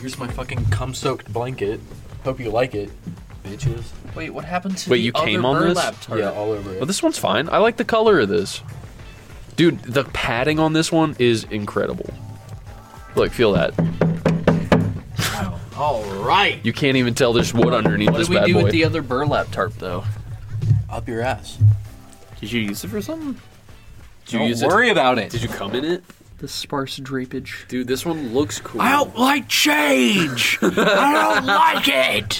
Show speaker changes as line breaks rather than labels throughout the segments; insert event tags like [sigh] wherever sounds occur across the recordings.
Here's my fucking cum-soaked blanket. Hope you like it, bitches.
Wait, what happened to
Wait,
the
you
other
came on this?
burlap tarp?
Yeah, all over it.
Well, this one's fine. I like the color of this. Dude, the padding on this one is incredible. Look, feel that.
All right.
You can't even tell there's wood underneath
What
this
did we
bad
do
boy.
with the other burlap tarp though?
Up your ass.
Did you use it for something? Did you
Don't
use
worry about it.
it? Did you come in it?
The sparse drapage.
Dude, this one looks cool.
I don't like
[laughs]
change. I don't like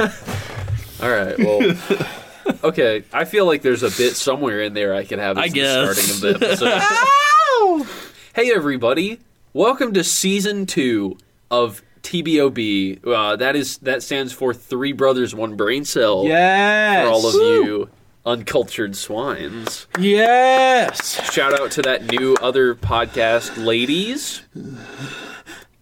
it.
[laughs] All right,
[laughs]
well. Okay, I feel like there's a bit somewhere in there I could have. As
I
the
guess.
starting
[laughs]
of the episode. hey everybody, welcome to season two of TBOB. Uh, that is that stands for Three Brothers One Brain Cell.
Yes.
for all of you uncultured swines.
Yes.
Shout out to that new other podcast, ladies.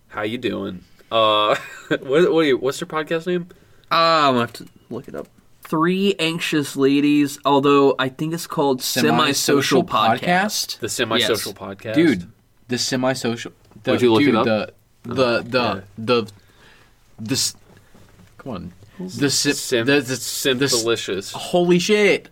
How you doing? Uh, [laughs] what, what are you, what's their podcast name?
Ah, I'm gonna have to look it up. Three anxious ladies, although I think it's called semi-social, podcast.
The semi-social podcast.
dude. The semi-social. The,
Would you look it
dude,
up?
The the the the this. Come on. The sim.
Sim,
the, the,
sim
the s- Oh,
delicious.
Holy shit.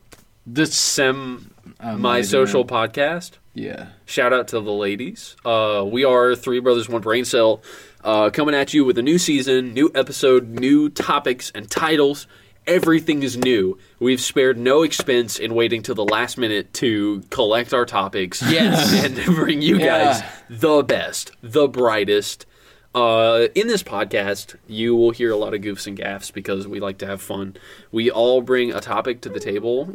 The s-
Sim,
I'm not
my
even
social
gonna-
podcast.
Yeah.
Shout out to the ladies. Uh, we are Three Brothers One Brain Cell, uh, coming at you with a new season, new episode, new topics and titles. Everything is new. We've spared no expense in waiting till the last minute to collect our topics. [laughs]
Yes.
and bring you guys
Yeah.
the best, the brightest. Uh, in this podcast, you will hear a lot of goofs and gaffs because we like to have fun. We all bring a topic to the table. [laughs]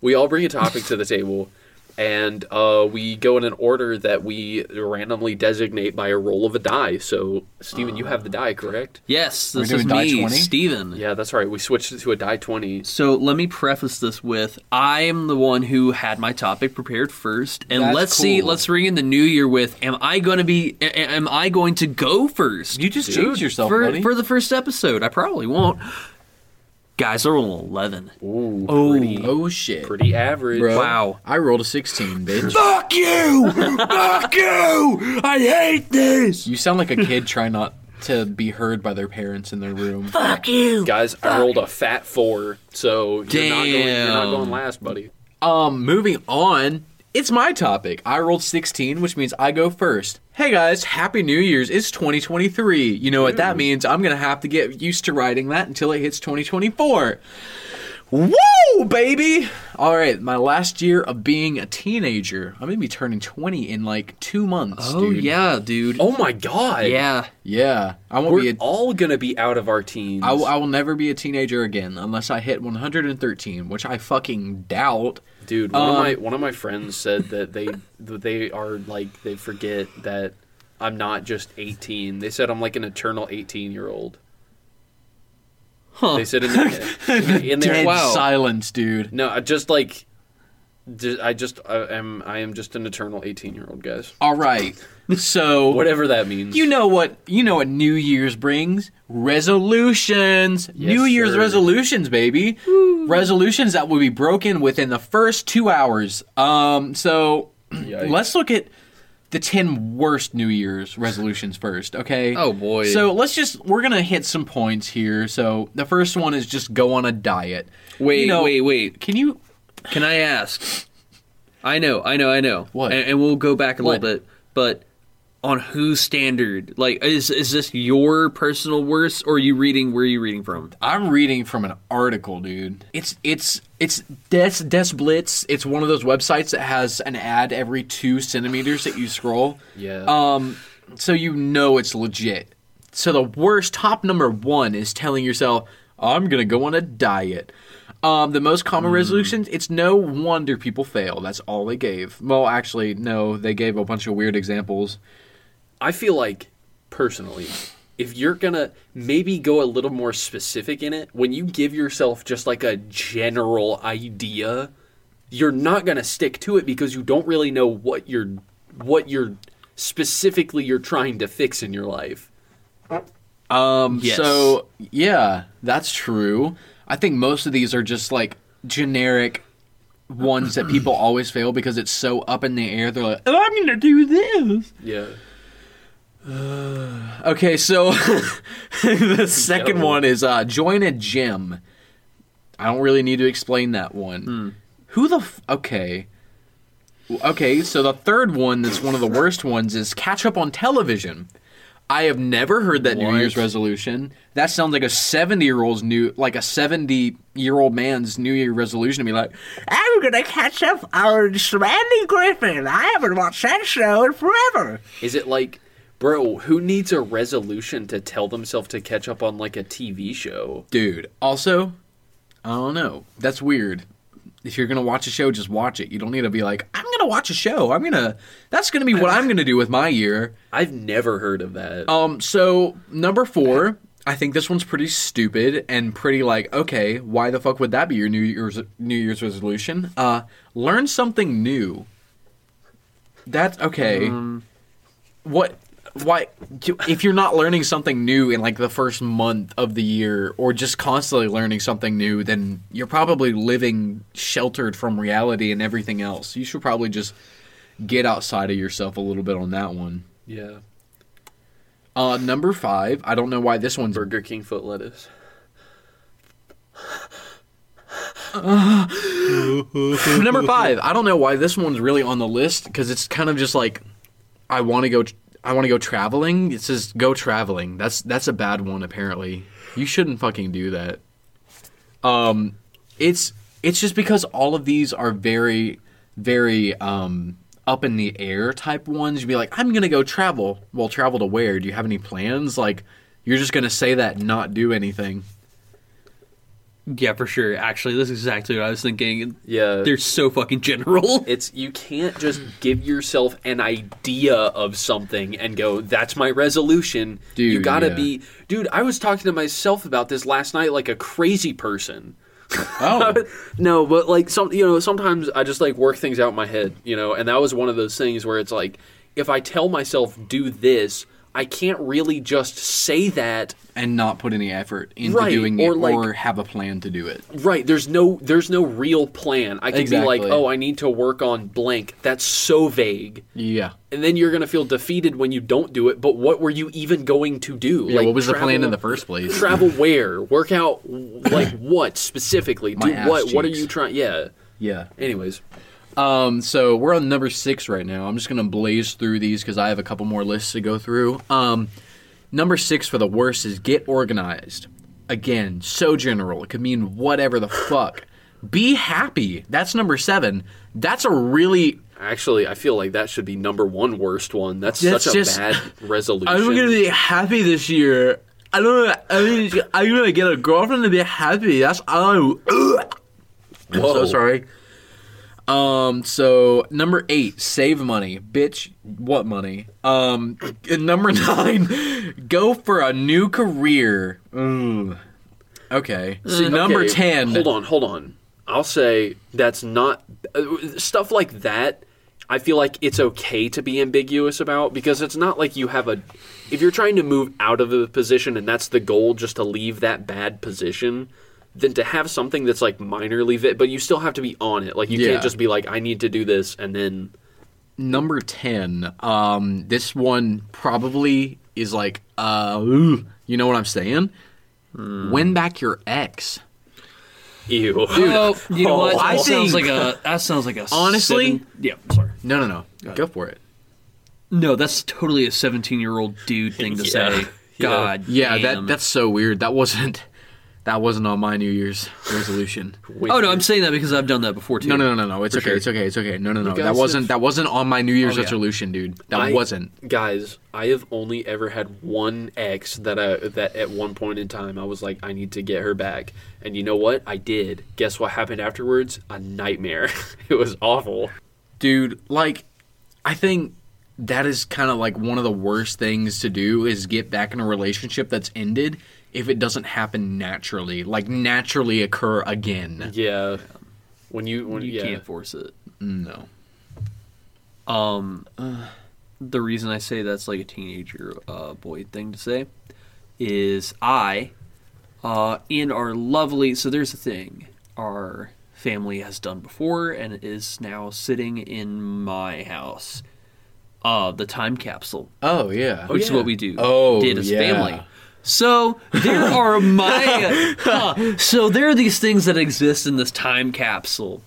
we all bring a topic to the table and uh, we go in an order that we randomly designate by a roll of a die so steven you have the die correct
Yes, this
doing
is
die
me,
20?
Steven.
yeah that's right we switched it to a die 20
So let me preface this with I am the one who had my topic prepared first, and
That's
let's see,
cool.
let's ring in the new year with Am I going to be? a- a- Am I going to go first?
You just
Dude,
changed yourself,
for,
buddy.
for the first episode. I probably won't. Guys, I rolled an eleven.
Ooh,
Oh.
pretty,
oh shit.
pretty average
bro.
Wow.
I rolled a 16, bitch.
Fuck you. Fuck you. I hate this.
you sound like a kid trying not to be heard by their parents in their room.
Fuck you.
guys i rolled a fat four so you're not, going, you're not
Damn.
going last buddy
Um, moving on. It's my topic. I rolled 16, which means I go first. Hey guys, happy New Year's. It's 2023. You know what that means? I'm going to have to get used to writing that until it hits 2024. Woo, baby! All right, my last year of being a teenager. I'm going to be turning 20 in like 2 months,
Oh
dude.
yeah, dude.
oh my god
yeah.
Yeah. I won't be
we're
a
all gonna be out of our teens
I, will- I will never be a teenager again unless I hit 113, which I fucking doubt.
Dude, one of
um,
my one of my friends said that they [laughs] that they are like they forget that I'm not just 18. They said I'm like an eternal 18 year old.
Huh.
They said
[laughs]
in their, in their
Dead
wow.
silence, dude.
No, I just like ju- I just I am I am just an eternal 18 year old, guys.
All right. So
Whatever that means.
You know what? You know what New Year's brings? Resolutions. New Year's
sir.
resolutions, baby. Resolutions that will be broken within the first 2 hours. Um so
Yikes.
let's look at the 10 worst New Year's resolutions first, okay?
Oh, boy.
So let's just we're going to hit some points here. So the first one is just go on a diet.
Wait,
You know-
wait, wait.
Can you
Can I ask? I know, I know, I know.
What?
And, and we'll go back a
What?
little bit, but on whose standard? Like, is is this your personal worst, or are you reading? Where are you reading from?
I'm reading from an article, dude. It's it's it's Des Des Blitz. It's one of those websites that has an ad every two centimeters that you scroll.
Yeah.
Um. So you know it's legit. So the worst top number one is telling yourself, "I'm gonna go on a diet." Um, the most common resolutions. It's no wonder people fail. That's all they gave. Well, actually, no, they gave a bunch of weird examples.
I feel like personally, if you're gonna maybe go a little more specific in it, when you give yourself just like a general idea, you're not gonna stick to it because you don't really know what you're what you're specifically you're trying to fix in your life.
Um,
Yes.
So yeah, that's true. I think most of these are just like generic. ones that people always fail because it's so up in the air. They're like, oh, I'm gonna do this.
Yeah.
Okay, so [laughs] the second
No.
one is uh, join a gym. I don't really need to explain that one. Who the f- okay? Okay, so the third one that's one of the worst ones is catch up on television. I have never heard that New Year's resolution. That sounds like a seventy-year-old's new, like a seventy-year-old man's New Year resolution to be like,
I'm gonna catch up on Randy Griffin. I haven't watched that show in forever.
Is it like, bro, who needs a resolution to tell themselves to catch up on like a TV show?
dude. Also, I don't know. That's weird. If you're gonna watch a show, just watch it. You don't need to be like, I'm gonna watch a show. I'm gonna. That's gonna be what I'm gonna do with my year.
I've never heard of that.
Um. So number four, I think this one's pretty stupid and pretty like, okay, why the fuck would that be your New Year's New Year's resolution? Uh, learn something new. That's okay. what? Why? If you're not learning something new in like the first month of the year, or just constantly learning something new, then you're probably living sheltered from reality and everything else. You should probably just get outside of yourself a little bit on that one.
yeah.
Uh, number five. I don't know why this
[laughs]
one's. [laughs]
Burger King foot lettuce.
number five. I don't know why this one's really on the list because it's kind of just like, I want to go. I want to go traveling. It says go traveling. That's that's a bad one apparently. You shouldn't fucking do that. Um, it's it's just because all of these are very very um up in the air type ones. You'd be like, I'm gonna go travel. Well, travel to where? Do you have any plans? Like, you're just gonna say that and not do anything.
Yeah, for sure. Actually, that's exactly what I was thinking.
Yeah.
They're so
[laughs]
fucking general.
It's you can't just give yourself an idea of something and go, "That's my resolution."
Dude,
you gotta
yeah.
be, dude. I was talking to myself about this last night, like a crazy person.
Oh.
no, but like some, you know, sometimes I just like work things out in my head, you know, and that was one of those things where it's like, if I tell myself do this, I can't really just say that
and not put any effort into
Right,
doing
or
it
like-
or have a plan to do it.
Right. There's no there's no real plan. I can be
Exactly.
like, oh, I need to work on blank. That's so vague.
Yeah.
And then you're gonna feel defeated when you don't do it. But what were you even going to do?
Yeah, what was the plan in the first place? [laughs]
Travel where? Work out like
[coughs]
what specifically?
My
do
ass
what? What are
cheeks.
you trying? Yeah.
yeah.
Anyways,
Um so we're on number 6 right now. I'm just going to blaze through these cuz I have a couple more lists to go through. Um number 6 for the worst is get organized. Again, so general. It could mean whatever the fuck. Be happy. That's number 7. That's a really
actually, I feel like that should be number one worst one. That's,
That's
such a
just- [laughs]
bad resolution.
be happy this year. I don't know. I mean, I'm gonna get a girlfriend to be happy. That's all I.
Whoa.
Oh.
So sorry. Um. So number eight, save money, bitch. What money? Um. [laughs] and number nine, go for a new career. Ooh. Okay.
Mm,
So number
Okay,
ten.
Hold on, hold on. I'll say that's not uh, stuff like that. I feel like it's okay to be ambiguous about because it's not like you have a. If you're trying to move out of a position and that's the goal, just to leave that bad position, then to have something that's like minorly fit, but you still have to be on it. Like you
Yeah.
can't just be like, I need to do this, and then
Number ten. Um. This one probably is like uh. ooh, you know what I'm saying?
Hmm.
Win back your ex.
ew.
Oh, you know what? That
I
sounds
think-
like a. That sounds like a.
Honestly?
seven- yeah. Sorry.
No, no, no. Go for it.
No, that's totally a seventeen-year-old dude thing to
Yeah.
say. God.
Yeah,
damn.
that that's so weird. That wasn't [laughs] that wasn't on my New Year's resolution.
Oh no, I'm saying that because I've done that before too.
No, no, no, no, no. It's okay.
sure.
It's okay. It's okay. No, no, no.
guys
That wasn't
have-
that wasn't on my New Year's
yeah.
resolution, dude. That
I-
wasn't.
Guys, I have only ever had one ex that I, that at one point in time I was like, I need to get her back, and you know what? I did. Guess what happened afterwards? A nightmare. [laughs] it was awful.
Dude, like I think that is kind of like one of the worst things to do is get back in a relationship that's ended if it doesn't happen naturally, like naturally occur again.
Yeah. When you when
you
yeah.
can't force it.
Mm, No.
Um, the reason I say that's like a teenager uh, boy thing to say is I, uh, in our lovely. So there's the thing. Our family has done before and is now sitting in my house. Uh, the time capsule,
Oh yeah.
which is
yeah.
what we do.
Oh,
did as
yeah.
family. So there
[laughs]
are my. huh, so there are these things that exist in this time capsule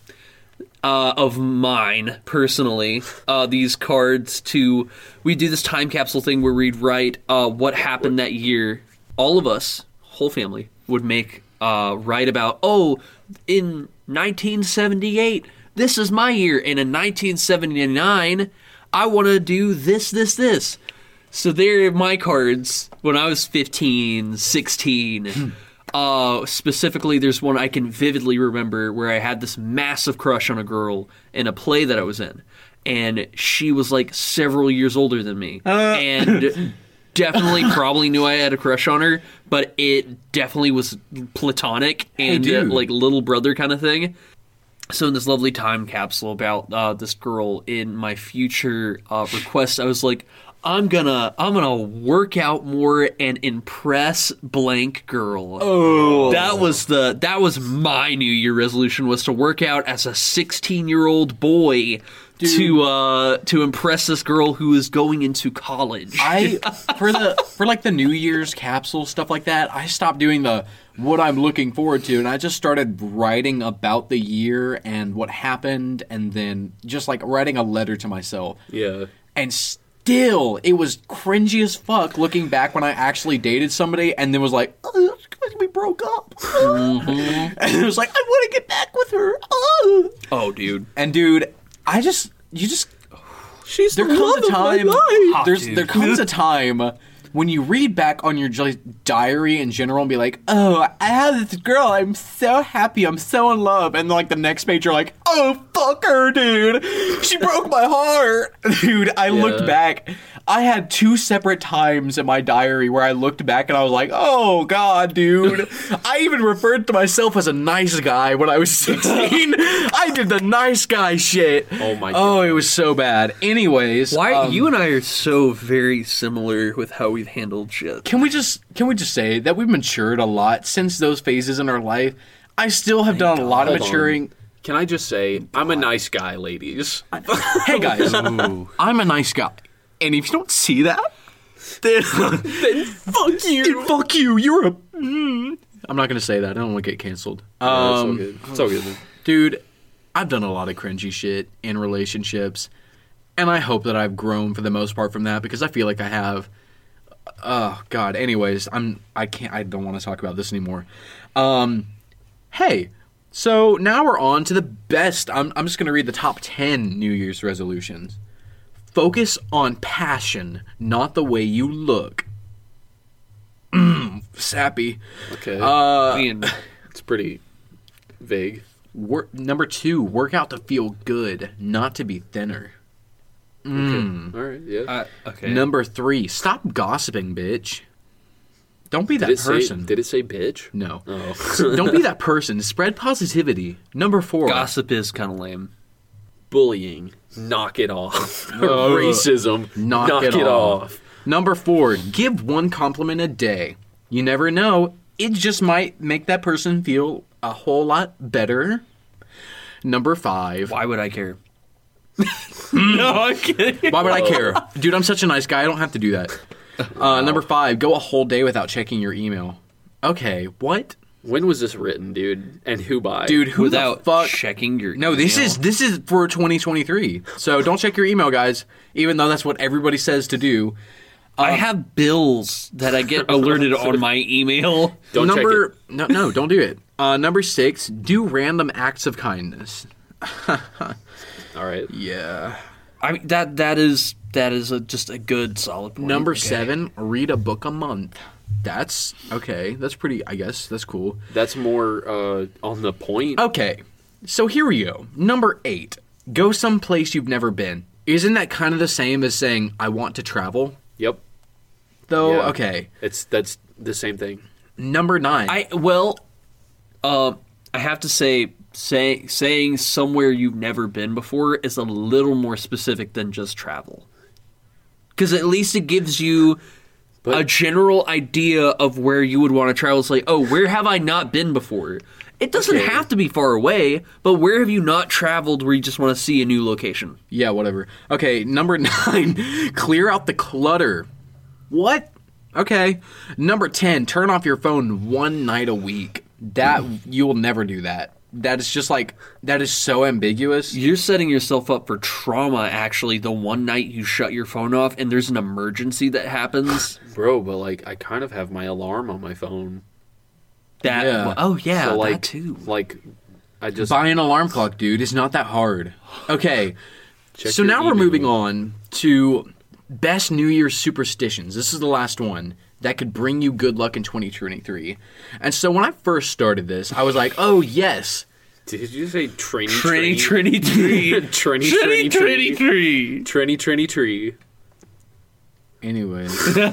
uh, of mine personally. Uh, these cards to we do this time capsule thing where we'd write uh, what happened that year. All of us, whole family, would make uh, write about oh in 1978 this is my year and in 1979 I want to do this this this. So they're my cards when I was 15, 16. uh, specifically, there's one I can vividly remember where I had this massive crush on a girl in a play that I was in. And she was like several years older than me. and definitely probably knew I had a crush on her, but it definitely was platonic and uh,
dude.
like little brother kind of thing so in this lovely time capsule about uh, this girl in my future uh, request i was like i'm gonna i'm gonna work out more and impress blank girl oh that was the that was my new year resolution was to work out as a 16 year old boy to uh to impress this girl who is going into college
I for the for like the New Year's capsule stuff like that, I stopped doing the what I'm looking forward to and I just started writing about the year and what happened and then just like writing a letter to myself.
Yeah.
And still it was cringy as fuck looking back when I actually dated somebody and then was like "Ugh, we broke up. [laughs] And it was like I want to get back with her. Ugh.
oh dude
And dude, I just you just
She's
there
the
comes a
love of
time.
my life.
There's there comes a time when you read back on your just diary in general and be like, "Oh, I have this girl. I'm so happy. I'm so in love." And like the next page, you're like, "Oh, fuck her, dude. She broke my heart, [laughs] dude." I looked back. I had two separate times in my diary where I looked back and I was like, "Oh God,
[laughs]
dude." I even referred to myself as a nice guy when
[laughs]
I was 16. I did the nice guy shit.
Oh, my
Oh, it was so bad. Anyways,
why
um,
you and i are so very similar with how we've handled shit
Can we just can we just say that we've matured a lot since those phases in our life? I still have done a lot of
Hold on.
maturing.
Can I just say I'm a nice guy, ladies?
Hey guys, I'm a nice guy, and if you don't see that, then then fuck you, fuck you. You're a. Mm. I'm not gonna say that. I don't want to get canceled. Um,
it's all good. It's all good. man.
dude, I've done a lot of cringy shit in relationships, and I hope that I've grown for the most part from that because I feel like I have. Oh God. Anyways, I'm. I can't. I don't want to talk about this anymore. Um, hey. So now we're on to the best. I'm. I'm just gonna read the top ten New Year's resolutions. Focus on passion, not the way you look. [clears throat] Mm, sappy.
Okay.
Uh,
I mean,
it's pretty vague.
Wor- number two, work out to feel good, not to be thinner. hmm.
All right. Yeah.
Uh,
I- okay
Number three, stop gossiping, bitch. Don't be that
did it
person.
say? Did it say bitch?
no. [laughs]
Oh.
Don't be that person. Spread positivity. Number four,
gossip is kind of lame
Bullying. Knock it off. [laughs] Racism.
knock, it, off. Number four, give one compliment a day. You never know. It just might make that person feel a whole lot better. Number five,
Why would I care? no, I'm kidding.
Why would I care? Dude, I'm such a nice guy. I don't have to do that. Uh, number five, go a whole day without checking your email. Okay, what?
When was this written, dude? And who by?
Dude, who
Without
the fuck?
checking your
no, this
email.
is this is for 2023. So don't check your email, guys. Even though that's what everybody says to do.
I have bills that I get alerted on my email.
Don't check
number no no don't do it. Uh, number six, do random acts of kindness.
All right.
Yeah.
I mean that that is that is a, just a good solid point.
Number
Okay.
seven, read a book a month. That's okay. That's pretty. I guess that's cool.
That's more uh, on the point.
Okay, so here we go. Number eight, go someplace you've never been. Isn't that kind of the same as saying, I want to travel?
Yep.
Though,
Yeah.
okay.
It's that's the same thing.
Number nine.
I well, uh, I have to say, say saying somewhere you've never been before is a little more specific than just travel, because at least it gives you a general idea of where you would want to travel. It's like, oh, where have I not been before? It doesn't
Okay.
have to be far away, but where have you not traveled where you just want to see a new location?
Yeah, whatever. Okay, number [laughs] nine, clear out the clutter. What? Okay. Number 10, turn off your phone one night a week. That, you will never do that. That is just like, that is so ambiguous.
You're setting yourself up for trauma, actually, the one night you shut your phone off and there's an emergency that happens.
Bro, but like I kind of have my alarm on my phone.
That,
Yeah.
oh, yeah,
so like
that too.
like I just
Buy an alarm clock, dude. It's not that hard. Okay.
check
so
your
now we're
email.
moving on to best New Year's superstitions. This is the last one that could bring you good luck in 2023. And so when I first started this, I was like, oh, yes.
Did you say trainy
Trini,
trainy
Trini,
Trini,
Trini.
Trini,
Trini, Trini,
Trini,
Trini.
Trini, Trini, Tree?
Anyway, [laughs]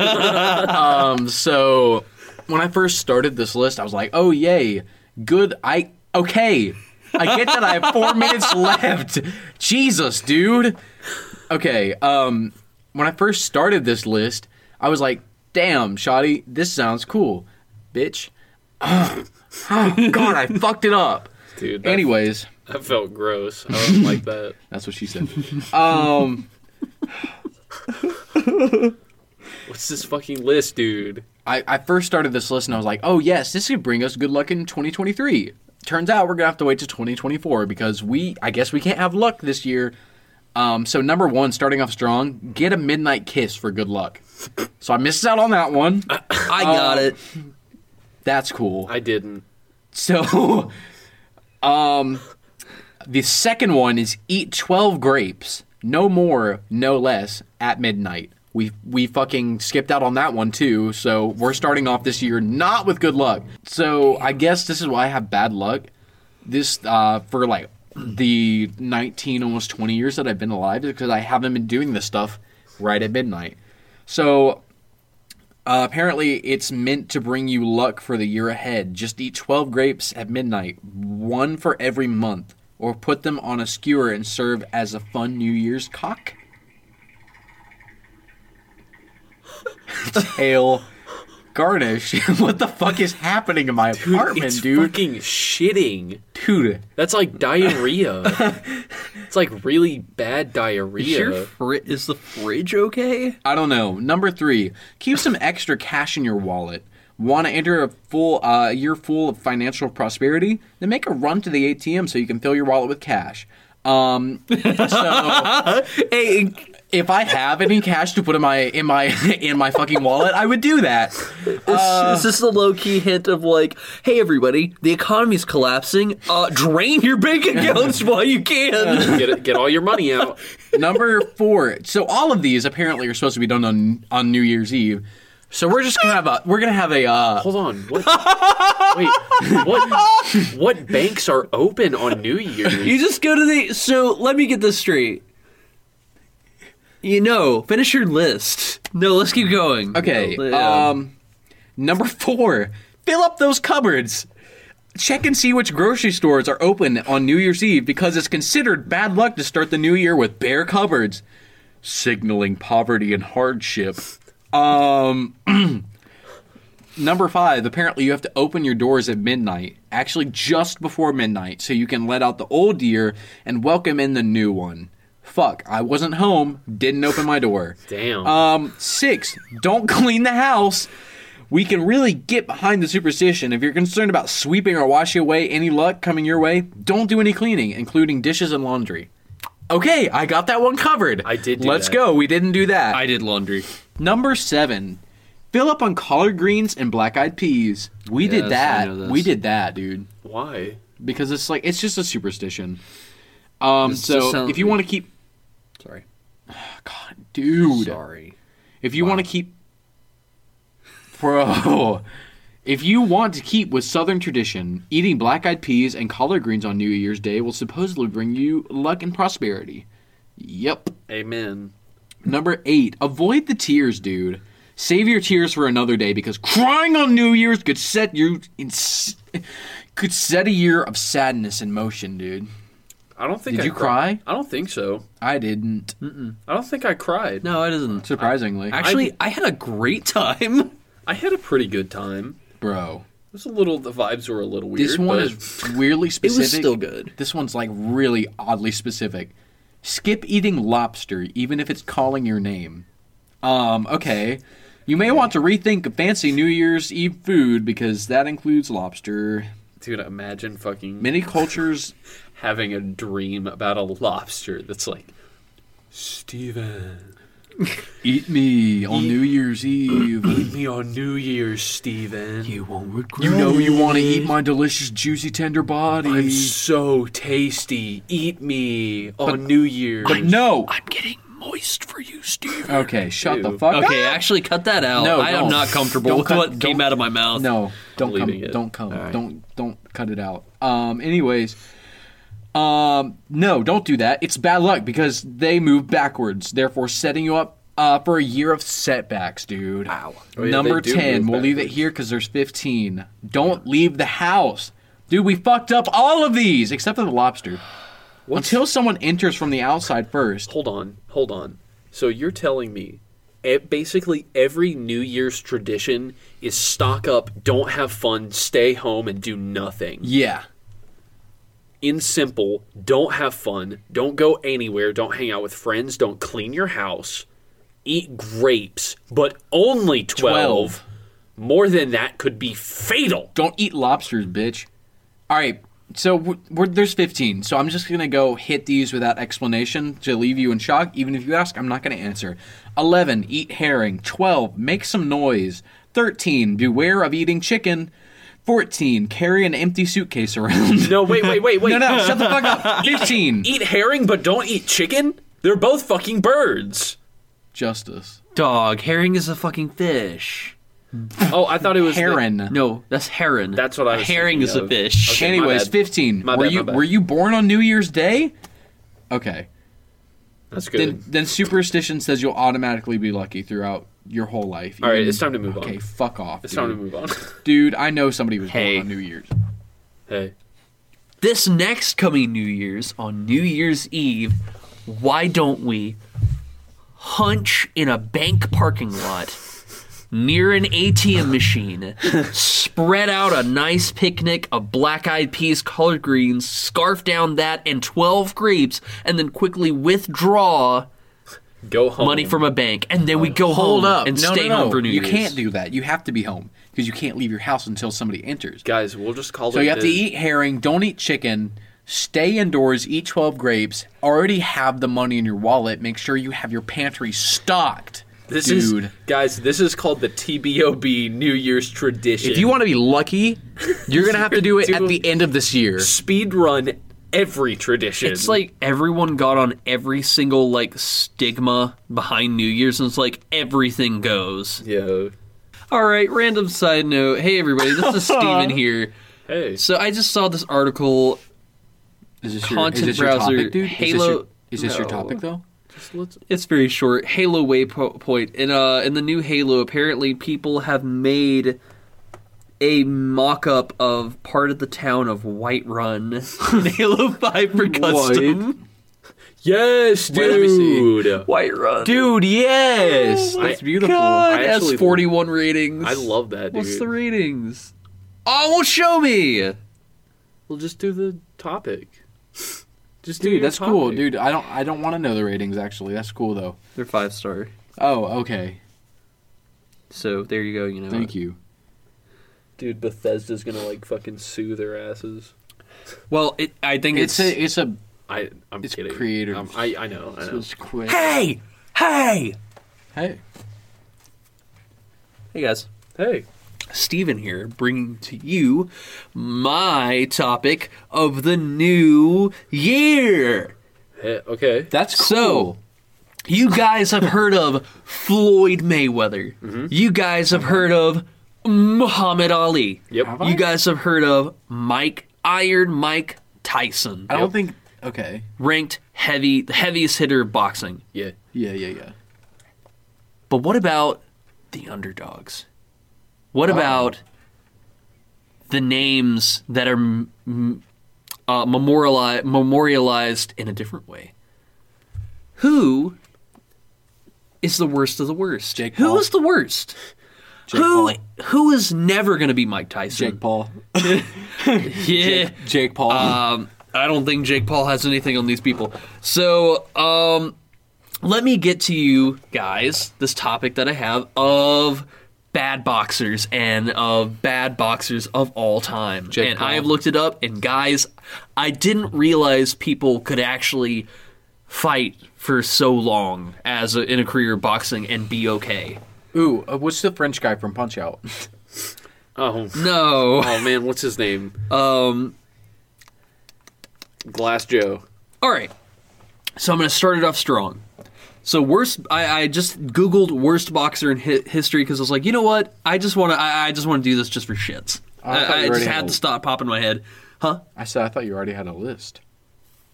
um, so when I first started this list, I was like, "Oh yay, good." I okay, I get that I have four [laughs] minutes left. Jesus, dude. Okay, um, when I first started this list, I was like, "Damn, shoddy, this sounds cool, bitch." [sighs] oh God, I fucked it up.
Dude, that,
Anyways,
that felt gross. I don't like that. [laughs]
that's what she said. Um,
What's this fucking list, dude?
I, I first started this list and I was like, oh, yes, this could bring us good luck in 2023. Turns out we're going to have to wait to 2024 because we, I guess we can't have luck this year. Um, so, number one, starting off strong, get a midnight kiss for good luck. So, I missed out on that one.
I got it.
That's cool.
I didn't.
So, [laughs] um, the second one is eat 12 grapes, no more, no less, at midnight. We we fucking skipped out on that one too, so we're starting off this year not with good luck. So I guess this is why I have bad luck. This uh, for like the 19 almost 20 years that I've been alive is because I haven't been doing this stuff right at midnight. So uh, apparently, it's meant to bring you luck for the year ahead. Just eat 12 grapes at midnight, one for every month, or put them on a skewer and serve as a fun New Year's cock. [laughs] Tail garnish. [laughs] what the fuck is happening in my apartment,
it's
dude?
fucking shitting.
Dude,
That's
[laughs]
like diarrhea. it's like really bad
Is, your
diarrhea.
fri- is the fridge okay?
I don't know. Number three, keep some extra cash in your wallet. Want to enter a full uh, year full of financial prosperity? Then make a run to the ATM so you can fill your wallet with cash. Um, so
Hey,
if I have any cash to put in my in my [laughs] in my fucking wallet, I would do that.
Is, is this a low key hint of like, hey everybody, the economy's collapsing. Uh, drain your bank accounts [laughs] while you can.
Get it, get all your money out.
Number four. So all of these apparently are supposed to be done on on New Year's Eve. So we're just gonna have a we're gonna have a uh,
Hold on. What? Wait. What? What banks are open on New
[laughs]
Year's?
You just go to the. So let me get this straight. You know, finish your list. No, let's keep going.
okay.
No, yeah.
Um, number four. Fill up those cupboards. Check and see which grocery stores are open on New Year's Eve because it's considered bad luck to start the new year with bare cupboards, signaling poverty and hardship. Um, [clears throat] number five, apparently you have to open your doors at midnight, actually just before midnight, so you can let out the old year and welcome in the new one. Fuck, I wasn't home, didn't open my door.
Damn.
Um, six, don't [laughs] clean the house. We can really get behind the superstition. If you're concerned about sweeping or washing away any luck coming your way, don't do any cleaning, including dishes and laundry. Okay, I got that one covered.
I did do
Let's
that.
go. We didn't do that.
I did laundry.
Number seven, fill up on collard greens and black eyed peas. We
Yes, I
did that.
know this.
We did that, dude.
Why?
Because it's like it's just a superstition. Um,
This
so
just sounds-
if you want to keep,
Sorry.
[sighs] God, dude,
Sorry.
if you want to keep, bro, if you want to keep with Southern tradition, eating black eyed peas and collard greens on New Year's Day will supposedly bring you luck and prosperity. Yep.
Amen.
Number eight, avoid the tears, dude. Save your tears for another day because crying on New Year's could set you in, could set a year of sadness in motion, dude.
I don't think.
Did
I
you
cried.
cry?
I don't think so.
I didn't,
Mm, I don't think I cried.
No, it isn't.
surprisingly,
Actually, I, had a great time.
I had a pretty good time.
bro.
was a little. The vibes were a little weird.
This one
but
is
[laughs]
weirdly specific.
still good.
This one's like really oddly specific. Skip eating lobster, even if it's calling your name. Um, okay. You may want to rethink fancy New Year's Eve food because that includes lobster.
dude. Imagine fucking
Many cultures.
having a dream about a lobster that's like, Steven,
Eat me on New Year's Eve.
eat me on New Year's, Steven. You won't regret.
You know you want to eat my delicious, juicy, tender body.
I'm so tasty. Eat me on New Year's.
but no.
I'm getting moist for you, Steve.
Okay, shut the
Ew.
fuck up.
Okay, actually, cut that out.
No,
I am
don't.
not comfortable
Don't
with
cut-
what came
don't-
out of my mouth.
No, don't come.
leaving it.
Don't come.
All right.
Don't don't cut it out. Um. Anyways, um. No, don't do that. It's bad luck because they move backwards, therefore setting you up uh, for a year of setbacks, dude. Wow.
Oh, yeah,
Number
they do
ten.
move
We'll leave it
backwards.
here because there's fifteen. Don't leave the house, dude. We fucked up all of these except for the lobster. Until someone enters from the outside first.
hold on, hold on. So you're telling me e- basically every New Year's tradition is stock up, don't have fun, stay home, and do nothing.
Yeah.
In simple, don't have fun, don't go anywhere, don't hang out with friends, don't clean your house, eat grapes, but only 12.
12.
More than that could be fatal.
Don't eat lobsters, bitch. All right. So we're, we're, there's 15. So I'm just gonna go hit these without explanation to leave you in shock. Even if you ask, I'm not gonna answer. 11. Eat herring. 12. Make some noise. 13. Beware of eating chicken. 14. Carry an empty suitcase around.
No, wait, wait, wait,
[laughs]
wait.
no, no, shut the fuck
[laughs]
up. 15.
Eat herring, but don't eat chicken? They're both fucking birds.
Justice.
Dog, herring is a fucking fish.
Oh, I thought it was. the-
Heron.
No, that's heron.
That's what I
A
was
Herring
thinking
is a
of.
fish.
Okay. my
Anyways,
bad.
15. were
My bad, my
you
bad.
were you born on New Year's Day? Okay.
That's
Then
good.
then superstition says you'll automatically be lucky throughout your whole life.
All right,
even-
it's time to move
Okay,
on.
fuck off.
It's
dude.
time to move on. [laughs]
Dude, I know somebody was
Hey.
born on New Year's.
hey,
This next coming New Year's, on New Year's Eve, why don't we hunch in a bank parking lot near an ATM machine, spread out a nice picnic of black eyed peas, collard greens, scarf down that and 12 grapes, and then quickly withdraw
go home.
money from a bank, and then we go home and
No,
stay
no, no.
home for New
You
Year's.
can't do that. You have to be home because you can't leave your house until somebody enters.
guys. We'll just call
So
it.
you have to
the-
eat herring, don't eat chicken, stay indoors, eat 12 grapes, already have the money in your wallet, make sure you have your pantry stocked.
This
dude.
is guys. This is called the TBOB New Year's tradition.
if you want to be lucky, you're going to have to do it
[laughs]
at the end of this year.
speed run every tradition,
It's like everyone got on every single like stigma behind New Year's, and it's like everything goes.
yeah.
All right, random side note. Hey everybody,
[laughs]
this is Steven here.
Hey,
So I just saw this article.
Is this
Content
your, is this your
browser,
topic, dude? is this your,
Halo-
is this your
no.
topic, though?
It's very short. Halo Waypoint, and uh, in the new Halo, apparently people have made a mock-up of part of the town of Whiterun [laughs] in Halo Five for custom.
yes,
Wait, let me see.
dude.
Whiterun,
Dude, yes! That's beautiful.
God,
I
that's
actually-
forty-one ratings.
I love that, dude.
What's the ratings? Oh, well, show me.
we'll just do the topic. Just do
Dude,
your
that's cool,
topic.
dude. I don't, I don't want to know the ratings. Actually, that's cool though.
They're five star.
Oh, okay.
So there you go. You know.
Thank you.
Dude, Bethesda's gonna like fucking sue their asses.
Well, it, I think
It's
it's.
a, it's a,
I, I'm
It's
kidding.
creative.
Um, I, I know. I know.
it's quick.
hey, hey,
Hey,
hey, guys.
Hey,
Steven here, bringing to you my topic of the new year.
hey, okay.
that's
So, you guys have heard of Floyd Mayweather. You guys have heard of Muhammad Ali.
Yep.
Have I?
You guys have heard of Mike Iron Mike Tyson.
I don't think. Okay.
ranked heavy the heaviest hitter of boxing.
Yeah.
Yeah, yeah, yeah.
But what about the underdogs? What
Oh.
about the names that are mm, mm, uh, memorialized, memorialized in a different way? Who is the worst of the worst?
Jake Paul.
Who is the worst? who who is never going to be Mike Tyson?
Jake Paul.
Yeah.
[laughs] Jake Paul.
Um, I don't think Jake Paul has anything on these people. So, um, let me get to you guys this topic that I have of bad boxers and of bad boxers of all time.
Jake
and
Paul.
I have looked it up, and guys, I didn't realize people could actually fight for so long as a, in a career of boxing and be okay.
Ooh, uh, what's the French guy from Punch Out?
Oh, [laughs]
No.
oh man, what's his name?
Um,
Glass Joe.
All right. So I'm going to start it off strong. So worst, I, I just Googled worst boxer in hi- history because I was like, you know what? I just want to, I, I just want to do this just for shits.
I
I,
thought you
I just
already
had
had-
to stop popping my head, huh?
I said I thought you already had a list.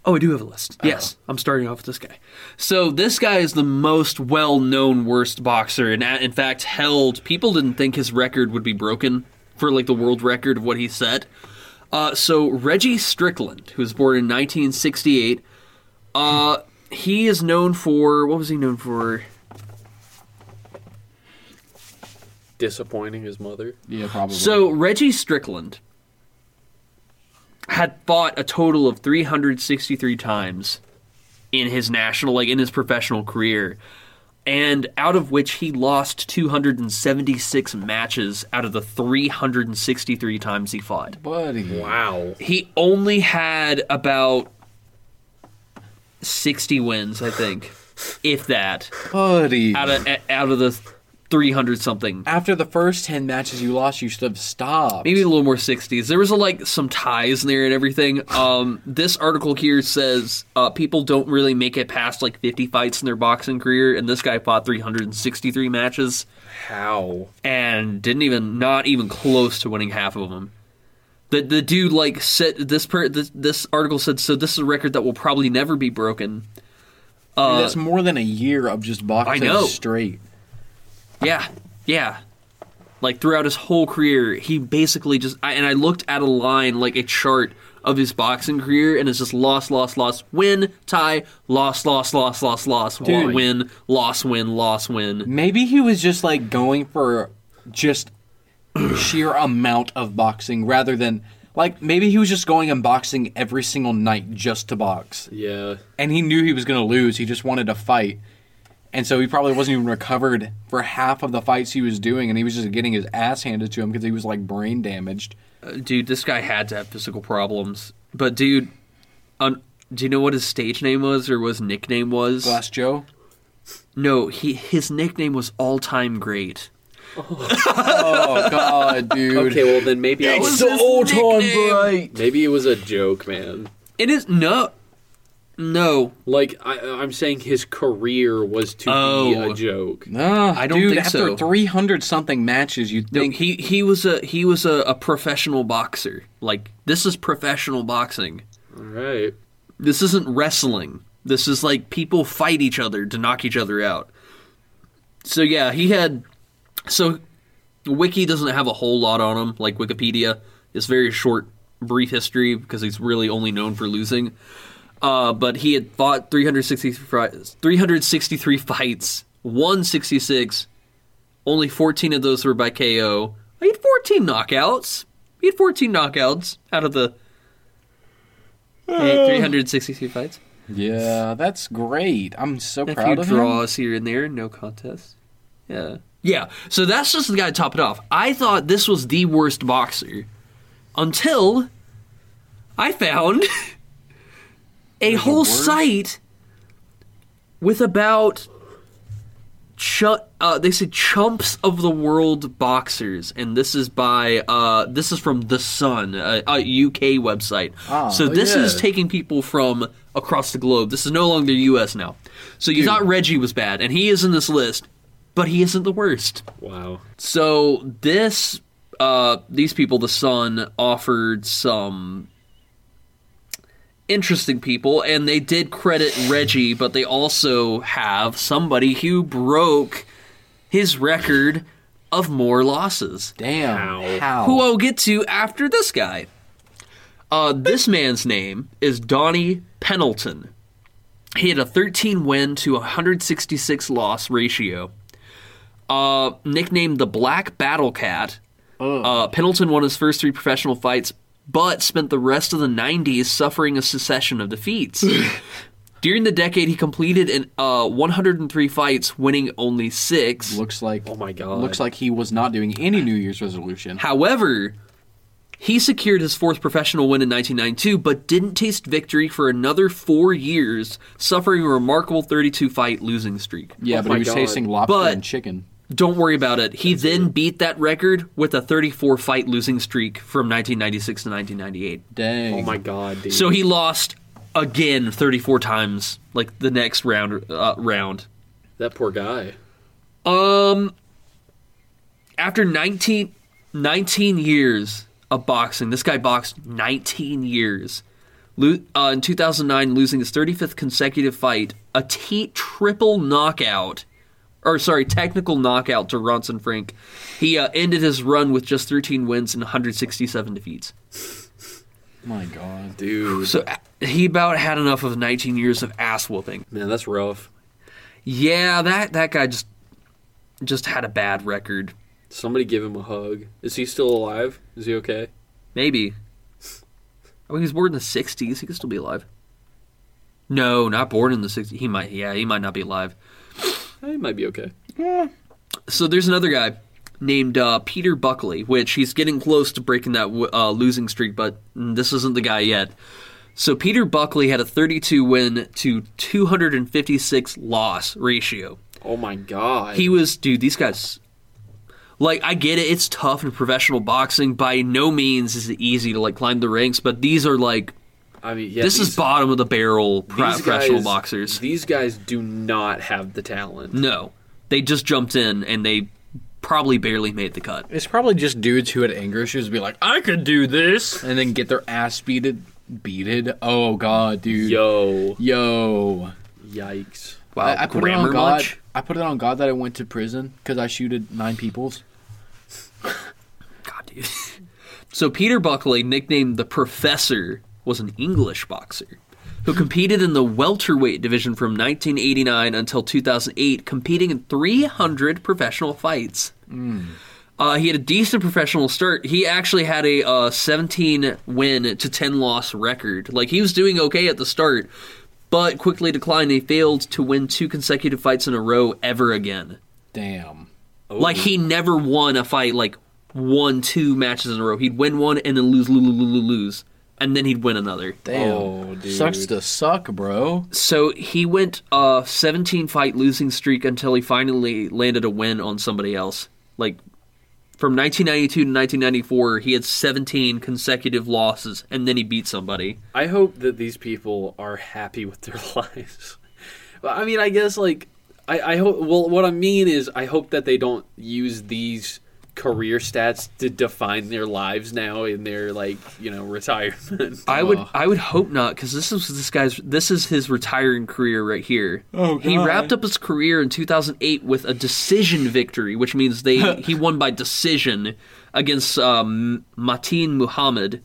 Oh, I do have a list. Yes, I'm starting off with this guy. So this guy is the most well-known worst boxer, and a- in fact, held. People didn't think his record would be broken for like the world record of what he set. Uh, so Reggie Strickland, who was born in 1968, uh, he is known for what was he known for?
Disappointing his mother.
Yeah, probably.
So Reggie Strickland had fought a total of 363 times in his national, like in his professional career, and out of which he lost 276 matches out of the 363 times he fought.
buddy.
Wow.
He only had about 60 wins, I think, if that,
Buddy.
out of out of the 300 something
After the first 10 matches you lost, you should have stopped.
maybe a little more 60s there was a, like some ties in there and everything um this article here says uh people don't really make it past like 50 fights in their boxing career and this guy fought 363 matches
How?
and didn't even not even close to winning half of them the, the dude like said this per this, this article said so this is a record that will probably never be broken
Dude, that's more than a year of just boxing
I know.
straight.
Yeah, yeah. Like throughout his whole career, he basically just I, and I looked at a line like a chart of his boxing career, and it's just loss, loss, loss, win, tie, loss, loss, loss, loss, loss,
Dude.
win, loss, win, loss, win.
Maybe he was just like going for just sheer amount of boxing rather than like maybe he was just going and boxing every single night just to box.
Yeah.
And he knew he was going to lose. He just wanted to fight. And so he probably wasn't even recovered for half of the fights he was doing and he was just getting his ass handed to him because he was like brain damaged.
Uh, Dude, this guy had to have physical problems. But dude, un- do you know what his stage name was or what his nickname was?
Glass Joe.
No, he his nickname was All Time Great.
Oh god, [laughs] dude.
Okay, well then maybe I was,
the old time great.
maybe it was a joke, man.
It is no, no.
Like I, I'm saying, his career was to be
Oh.
a joke.
Nah,
I don't
dude,
think
after
so.
300 something matches, you'd
No,
think
he he was a he was a, a professional boxer. Like this is professional boxing.
All right.
This isn't wrestling. This is like people fight each other to knock each other out. So yeah, he had so Wiki doesn't have a whole lot on him, like Wikipedia. It's very short, brief history because he's really only known for losing. Uh, but he had fought 363, fri- 363 fights, won 66. Only 14 of those were by KO. He had 14 knockouts. He had 14 knockouts out of the eh, 363 fights.
Yeah, that's great. I'm so
A
proud
few
of him.
draws here and there, no contest. Yeah. Yeah. So that's just the guy to top it off. I thought this was the worst boxer until I found [laughs] a whole
worst?
site with about chu- uh, they say chumps of the world boxers, and this is by uh, this is from the Sun, a, a UK website. so this is
yeah.
taking people from across the globe. This is no longer US now. So you thought Reggie was bad, and he is in this list, but he isn't the worst.
Wow.
So this uh, these people, the Sun, offered some interesting people, and they did credit Reggie, but they also have somebody who broke his record of more losses,
Damn.
How?
How?
who I'll get to after this guy. Uh, this man's name is Donnie Pendleton. He had a 13 win to 166 loss ratio. uh, nicknamed the Black Battle Cat. Uh, Pendleton won his first three professional fights, but spent the rest of the 90s suffering a succession of defeats. During the decade, he completed an, uh, 103 fights, winning only six.
Looks like oh
my God.
Looks like he was not doing any New Year's resolution.
However, he secured his fourth professional win in 1992, but didn't taste victory for another four years, suffering a remarkable 32 fight losing streak.
Yeah,
Oh
but
my
he was
God.
tasting lobster
But-
and chicken.
Don't worry about it. He then beat that record with a 34 fight losing streak from 1996 to 1998.
Dang.
Oh my god, dude.
So he lost again 34 times, like the next round. Uh, round.
that poor guy.
Um, after 19, 19 years of boxing, this guy boxed 19 years. Lo- uh, in 2009, losing his 35th consecutive fight, a t- triple knockout, or sorry, technical knockout to Ronson Frank. He uh, ended his run with just 13 wins and 167 defeats.
My God.
Dude.
So uh, he about had enough of 19 years of ass whooping.
Man, that's rough.
Yeah, that that guy just just had a bad record.
Somebody give him a hug. Is he still alive? Is he okay?
Maybe. I mean, he's born in the '60s. He could still be alive. No, not born in the '60s. He might. Yeah, he might not be alive.
Eh, He might be okay.
So there's another guy named uh, Peter Buckley, which he's getting close to breaking that w- uh, losing streak, but mm, this isn't the guy yet. So Peter Buckley had a 32 win to 256 loss ratio.
Oh my god.
He was, dude. These guys. Like I get it, it's tough in professional boxing. By no means is it easy to like climb the ranks, but these are like
I mean, yeah,
this
these,
is bottom of the barrel pro-
these
professional
guys-
boxers.
These guys do not have the talent.
no, they just jumped in and they probably barely made the cut.
It's probably just dudes who had anger issues be like, I could do this, and then get their ass beated. Beated. Oh God, dude.
Yo. Uh,
Yo.
Yikes.
Wow,
I, I put it
grammar
on God.
much?
I put it on God that I went to prison because I shooted nine peoples.
God, dude. [laughs] so Peter Buckley, nicknamed the Professor, was an English boxer who competed in the welterweight division from 1989 until 2008, competing in 300 professional fights. Uh, he had a decent professional start. He actually had a uh, 17 win to 10 loss record. Like he was doing okay at the start, but quickly declined. He failed to win two consecutive fights in a row ever again.
Damn.
Like he never won a fight like one, two matches in a row. He'd win one and then lose, lose, lose, lose, lose, and then he'd win another.
Damn.
Oh, dude.
Sucks to suck, bro.
So he went a 17 fight losing streak until he finally landed a win on somebody else. Like from 1992 to 1994, he had 17 consecutive losses, and then he beat somebody.
I hope that these people are happy with their [laughs] lives. Well, I mean, I guess like I, I hope. Well, what I mean is, I hope that they don't use these career stats to define their lives now in their like you know retirement.
I would I would hope not because this is this guy's this is his retiring career right here.
Oh,
He
God.
wrapped up his career in 2008 with a decision victory, which means they
[laughs]
he won by decision against um, Mateen Muhammad,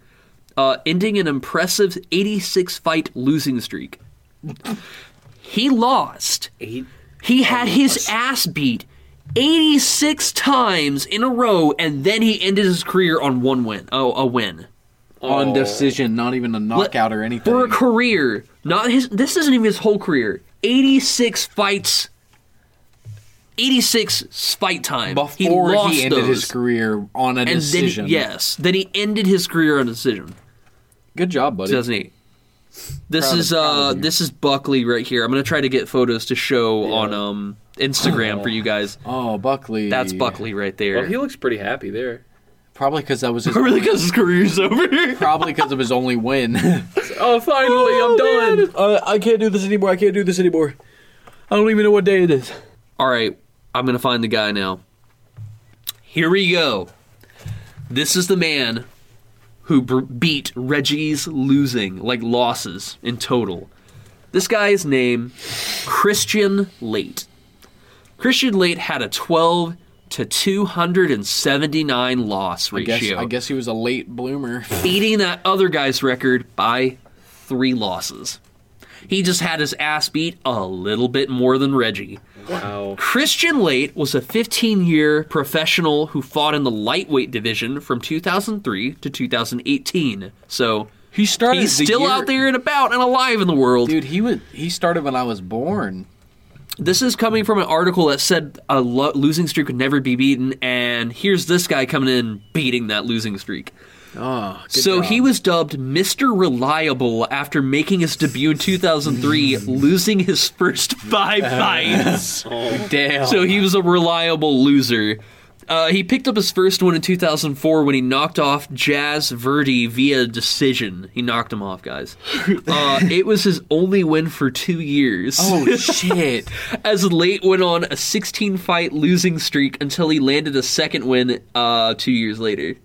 uh, ending an impressive 86 fight losing streak. He lost.
Eight.
He had his ass beat 86 times in a row, and then he ended his career on one win. Oh, a win.
On
Oh.
decision, not even a knockout or anything.
for a career. Not his. This isn't even his whole career. Eighty six fights. Eighty six fight time. he,
Before he,
lost
ended
those.
his career on a
and
decision.
then yes, then he ended his career on a decision.
Good job, buddy.
Two thousand eight. This
Proud
is
of- proud
uh
of you.
this is Buckley right here. I'm gonna try to get photos to show on um Instagram for you guys.
Oh, Buckley.
That's Buckley right there.
Oh, he looks pretty happy there.
Probably because that was [laughs] his.
[laughs] really because his career's over.
probably because of his only win. [laughs]
Oh, finally, I'm
Oh,
done.
Uh, I can't do this anymore. I can't do this anymore. I don't even know what day it is.
All right, I'm gonna find the guy now. Here we go. This is the man who br- beat Reggie's losing, like losses in total. This guy's name, Christian Late. Christian Late had a 12 to 279 loss
I guess,
ratio,
I guess he was a late bloomer.
beating that other guy's record by three losses. He just had his ass beat a little bit more than Reggie.
Wow.
Christian Late was a 15 year professional who fought in the lightweight division from 2003 to 2018. So
[laughs] He started.
he's
the
still
year-
out there and about and alive in the world.
dude. He was. He started when I was born.
This is coming from an article that said a lo- losing streak would never be beaten, and here's this guy coming in beating that losing streak.
Oh, good
So
job.
he was dubbed Mr. Reliable after making his debut
[laughs]
in 2003, losing his first five fights.
Oh, damn. [laughs]
So he was a reliable loser. Uh, he picked up his first one in 2004 when he knocked off Jazz Verdi via decision. He knocked him
[laughs]
off, guys. Uh, it was his only win for two years.
oh shit.
As late went on a 16 fight losing streak until he landed a second win uh, two years later.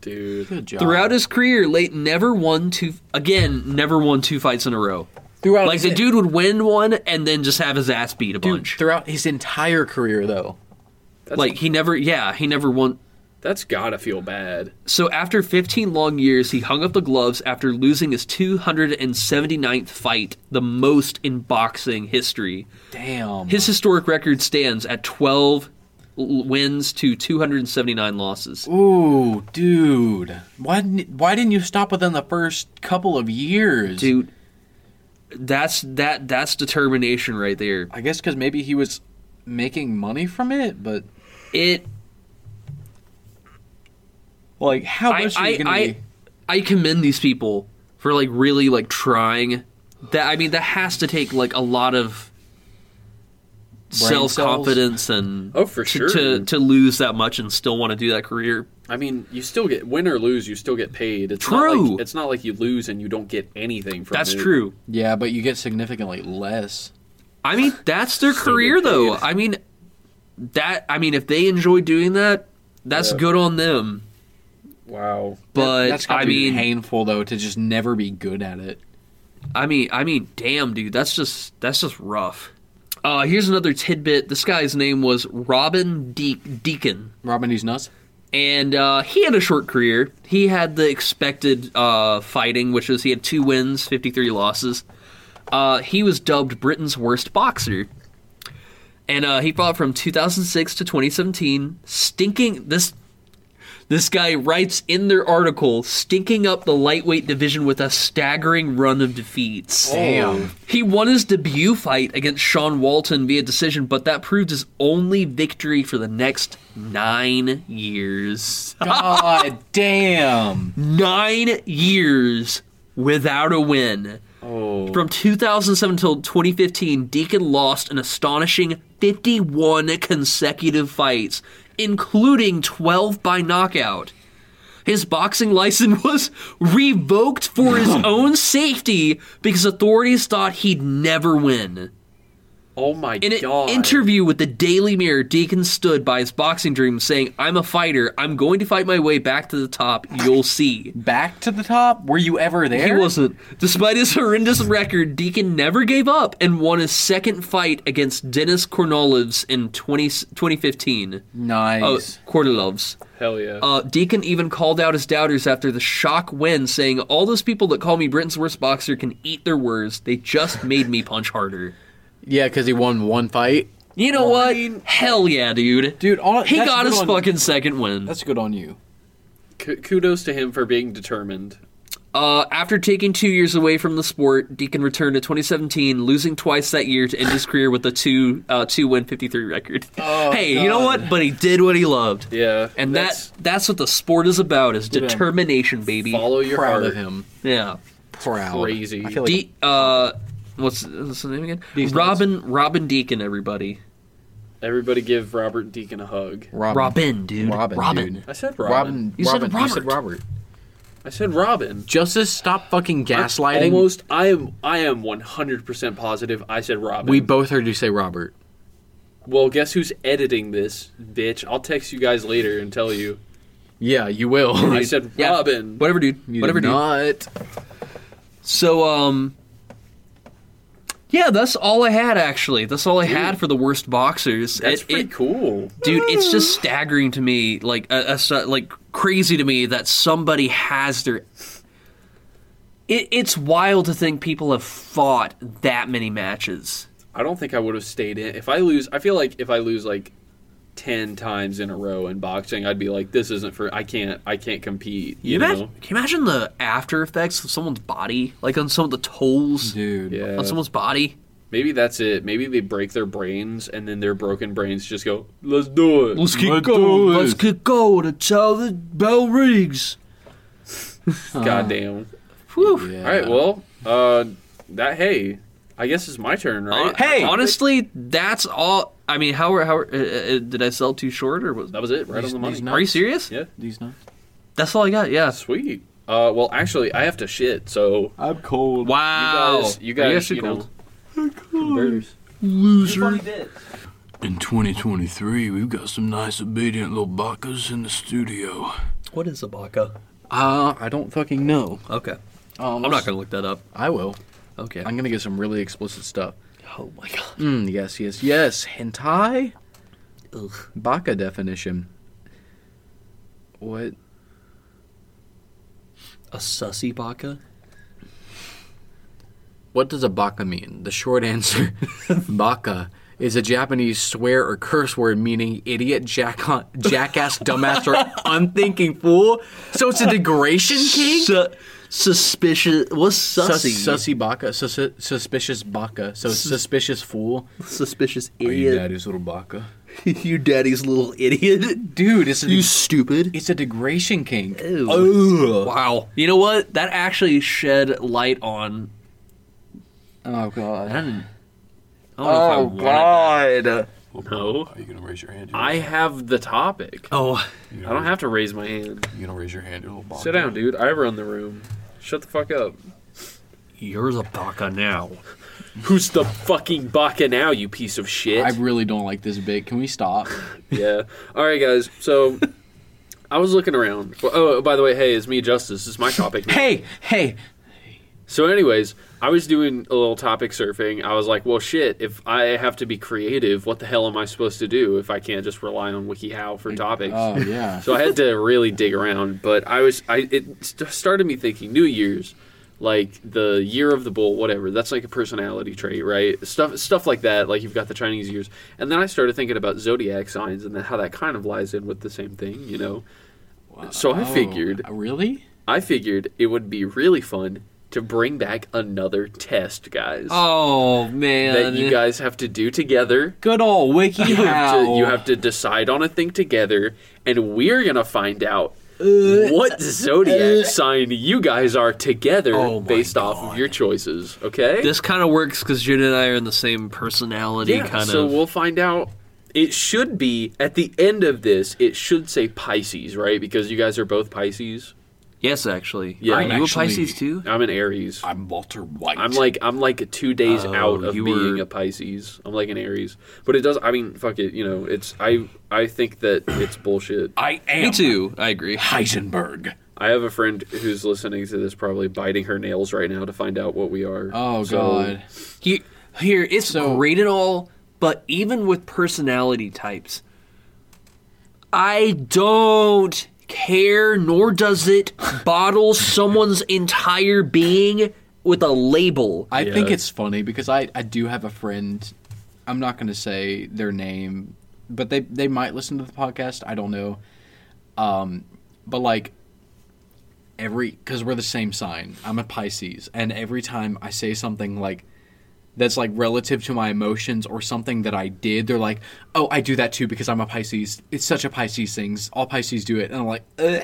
Dude.
Good job.
Throughout his career, Late never won two. Again, never won two fights in a row.
throughout
Like the
his-
dude would win one and then just have his ass beat a
dude,
bunch.
throughout his entire career though.
That's,
Like
like
he never, yeah, he never won.
that's gotta feel bad.
So after 15 long years, he hung up the gloves after losing his 279th fight, the most in boxing history.
Damn.
His historic record stands at 12 l- wins to 279 losses.
Ooh, dude. Why didn't Why didn't you stop within the first couple of years,
Dude, that's that that's determination right there.
I guess because maybe he was making money from it, but
It
like how
I
much are you
I,
gonna
I,
be?
I commend these people for like really like trying. That I mean that has to take like a lot of
cells?
self confidence and
Oh, for
to,
sure.
to to lose that much and still want to do that career.
I mean, you still get win or lose, you still get paid. It's Not
True.
like, it's not like you lose and you don't get anything from
That's
it.
true.
Yeah, but you get significantly less.
I mean, that's their career,
good
though.
paid.
I mean, that. I mean, if they enjoy doing that, that's
Yeah. good
good on them.
Wow.
But
That's gotta
I
be
mean,
painful though to just never be good at it.
I mean, I mean, damn, dude, that's just that's just rough. Uh, here's another tidbit. This guy's name was Robin De- Deacon,
Robin, these nuts. [laughs]
and uh, he had a short career. He had the expected uh, fighting, which was he had two wins, 53 losses. Uh, he was dubbed Britain's worst boxer. And uh, he fought from 2006 to 2017, stinking this. This guy writes in their article, stinking up the lightweight division with a staggering run of defeats.
Damn.
He won his debut fight against Sean Walton via decision, but that proved his only victory for the next nine years.
God damn.
nine years without a win. From 2007 till 2015, Deacon lost an astonishing 51 consecutive fights, including 12 by knockout. His boxing license [laughs] was revoked for his own safety because authorities thought he'd never win.
Oh my
In an
god.
interview with the Daily Mirror, Deacon stood by his boxing dream saying, I'm a fighter. I'm going to fight my way back to the top. You'll see.
Back to the top? Were you ever there?
He wasn't. Despite his horrendous record, Deacon never gave up and won his second fight against Dennis Kornilov in 20, 2015. Oh,
nice.
Kornilov's.
Hell yeah.
Uh, Deacon even called out his doubters after the shock win, saying, All those people that call me Britain's worst boxer can eat their words. They just made me punch harder.
Yeah, because he won one fight.
You know what? Hell yeah, dude.
Dude, all-
he
that's
got
good
his
on-
fucking second win.
That's good on you.
K- kudos to him for being determined.
Uh, after taking two years away from the sport, Deacon returned to 2017, losing twice that year to end his career with a two uh, two win
[laughs]
53 record. [laughs] hey, you know what? But he did what he loved,
Oh, Yeah.
and
that's
that that's what the sport is about: is determination, baby.
follow your
Proud
heart.
of him.
Yeah.
Proud.
Crazy.
I feel like
De- uh, what's, what's the name again?
These
Robin Robin Deacon, everybody.
Everybody give Robert Deacon a hug.
Robin.
Robin, dude.
Robin,
Robin.
dude.
I said Robin.
Robin.
You said
Robin. You said
Robert.
Robert.
I said Robin.
Justice, stop fucking gaslighting.
Almost. I am. I am one hundred percent positive. I said Robin.
We both heard you say Robert.
well, guess who's editing this, bitch? I'll text you guys later and tell you.
Yeah, you [laughs] will.
I said
Yeah.
Robin.
Whatever, dude.
You
Whatever,
did
dude.
not.
So, um, yeah, that's all I had actually. That's all I had for the worst boxers.
That's
It-
pretty
it-
cool.
dude, it's just staggering to me, like, uh, uh, so- like crazy to me that somebody has their it, it's wild to think people have fought that many matches.
I don't think I would have stayed in. If I lose, I feel like if I lose like ten times in a row in boxing, I'd be like, "This isn't for. I can't. I can't compete." You,
You
know?
imagine, can you imagine the after effects of someone's body, like on some of the tolls
dude.
Yeah.
on someone's body?
Maybe that's it. Maybe they break their brains, and then their broken brains just go, "Let's do it."
Let's
Let's do it.
Let's get going until the bell rings.
Goddamn.
Whew.
Yeah.
All right. Well, uh, that hey, I guess it's my turn, right?
Hon-
Hey!
honestly, that's all. I mean, how how uh, uh, did I sell too short or was?
that was it. Right on the money.
These nuts.
Are you serious?
Yeah.
These nuts.
That's all I got. Yeah.
Sweet. Uh, well, actually, I have to shit. So
I'm cold.
Wow.
you guys, you
Are
guys,
actually
you know,
cold?
converse.
In 2023, we've got some nice obedient little bakas in the studio.
What is a baka?
Uh, I don't fucking know.
Okay.
Um,
I'm not gonna look that up.
I will.
Okay.
I'm gonna get some really explicit stuff.
oh my god.
Mm, yes, yes, yes. Hentai.
Ugh.
Baka definition. What?
A sussy baka.
What does a baka mean? The short answer [laughs] baka is a Japanese swear or curse word meaning idiot, jack- jackass, dumbass, or unthinking fool. So it's a degradation king?
Su- suspicious. What's
Sus-
sussy?
sussy baka, sus- suspicious baka, so suspicious fool.
suspicious idiot.
daddy's little baka?
[laughs] You, daddy's little idiot. [laughs]
Dude, it's a,
You stupid.
it's a degradation king.
Ew. Wow. You know what? That actually shed light on.
Oh god.
I don't, I don't know if I wanted that.
No.
Are you gonna raise your hand?
I have the topic.
Oh,
I don't have to raise my hand.
You gonna raise your hand, you little baka?
Sit down, dude. I run the room. Shut the fuck up.
you're the baka now.
Who's the fucking baka now, you piece of shit?
I really don't like this bit. Can we stop?
yeah. All right, guys. So I was looking around. Well, oh, by the way, hey, it's me, Justice. It's my topic. now.
hey, hey.
So, anyways, I was doing a little topic surfing. I was like, well, shit. If I have to be creative, what the hell am I supposed to do if I can't just rely on WikiHow for topics?
Oh yeah.
so I had to really dig around, but I was I it st- started me thinking New Year's, like the year of the bull, whatever. That's like a personality trait, right? Stuff stuff like that. Like you've got the Chinese years, and then I started thinking about zodiac signs and then how that kind of lies in with the same thing, you know. So I
Oh,
figured
Really?
I figured it would be really fun to bring back another test, guys.
Oh man.
that you guys have to do together.
Good old
[laughs]
Wiki.
You have, to, you have to decide on a thing together, and we're gonna find out
Uh,
what zodiac sign you guys are together
Oh my
based off of your choices. Okay,
This kind of works because Jun and I are in the same personality
yeah.
kind
so
of.
we'll find out. It should be at the end of this. It should say Pisces, right? Because you guys are both Pisces.
yes, actually.
Yeah.
Are
I'm
you a
actually-
Pisces too?
I'm an Aries.
I'm Walter White.
I'm like I'm like two days
Oh,
out of
you
being
were-
a Pisces. I'm like an Aries, but it does. I mean, fuck it. You know, it's I I think that it's bullshit.
I am
Me too. I agree.
Heisenberg.
I have a friend who's listening to this, probably biting her nails right now to find out what we are.
Oh
So,
god.
Here, here it's
So-
great and all, but even with personality types, I don't care, nor does it bottle someone's entire being with a label.
I
Yeah.
think it's funny because I, I do have a friend. I'm not going to say their name, but they they might listen to the podcast. I don't know. Um, but like every because we're the same sign. I'm a Pisces, and every time I say something like that's like relative to my emotions or something that I did, they're like, "Oh, I do that too because I'm a Pisces. It's such a Pisces things. All Pisces do it." And I'm like, Ugh,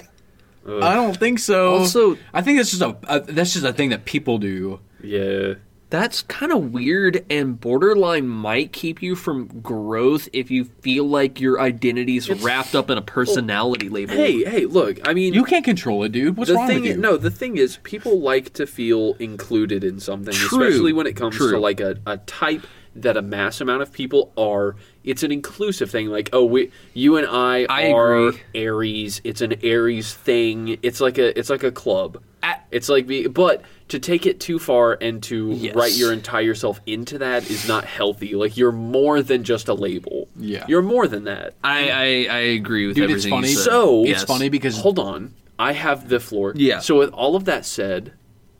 "I don't think so."
Also-
I think that's just a, a that's just a thing that people do.
yeah,
That's kind of weird, and borderline might keep you from growth if you feel like your identity's wrapped up in a personality
Oh,
label.
hey, hey, look. I mean,
You can't control it, dude. What's
the
wrong
thing.
with
Is,
you?
no, the thing is, people like to feel included in something,
True.
especially when it comes
True.
to like a, a type that a mass amount of people are. It's an inclusive thing. Like, oh, we, you and I,
I
are
agree.
Aries. It's an Aries thing. It's like a it's like a club.
At-
It's like be, but to take it too far and to
Yes.
write your entire self into that is not healthy. Like you're more than just a label.
Yeah.
you're more than that.
I, I, I agree with
Dude, it's
everything
funny.
you said.
So-
It's funny because
Hold on, I have the floor.
Yeah.
So with all of that said,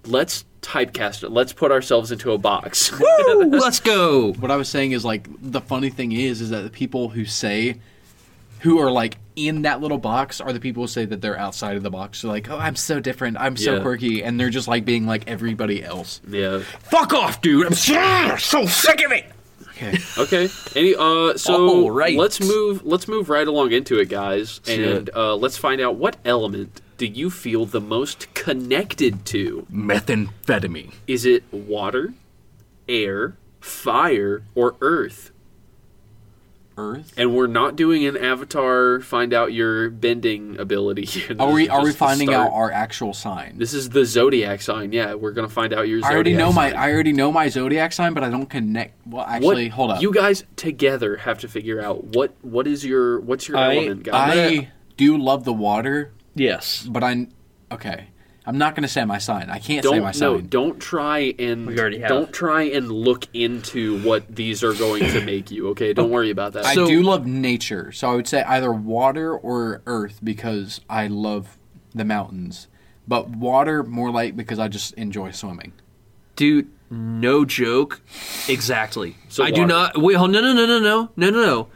let's typecast it. Let's put ourselves into a box.
[laughs]
[laughs]
Let's go.
what I was saying is like the funny thing is is that the people who say who are like in that little box are the people who say that they're outside of the box. They're like, oh, I'm so different. I'm so
Yeah.
quirky, and they're just like being like everybody else.
yeah.
Fuck off, dude. I'm so
so sick of it.
okay.
Okay. Any uh so
All right.
let's move let's move right along into it guys and
Shit.
uh let's find out what element do you feel the most connected to?
[laughs] Methamphetamine.
Is it water, air, fire, or earth?
Earth.
And we're not doing an avatar find out your bending ability. here. [laughs]
Are
This
we
is
are we
just the
finding
start.
out our actual sign?
This is the zodiac sign. Yeah, we're going to find out your zodiac
I already know my
sign.
I already know my zodiac sign, but I don't connect. Well,
What-
actually, hold up.
You guys together have to figure out what what is your what's your
I-
element, guys?
I do love the water,
Yes.
but I okay. I'm not gonna say my sign. I can't say my
don't
sign.
no, don't try and
We already have.
don't try and look into what these are going to make you. Okay, don't worry about that.
I
So-
do love nature, so I would say either water or earth because I love the mountains. But water more like because I just enjoy swimming.
Dude, no joke. Exactly.
So
I do
water.
not. Wait, hold, no, no, no, no, no, no, no, no.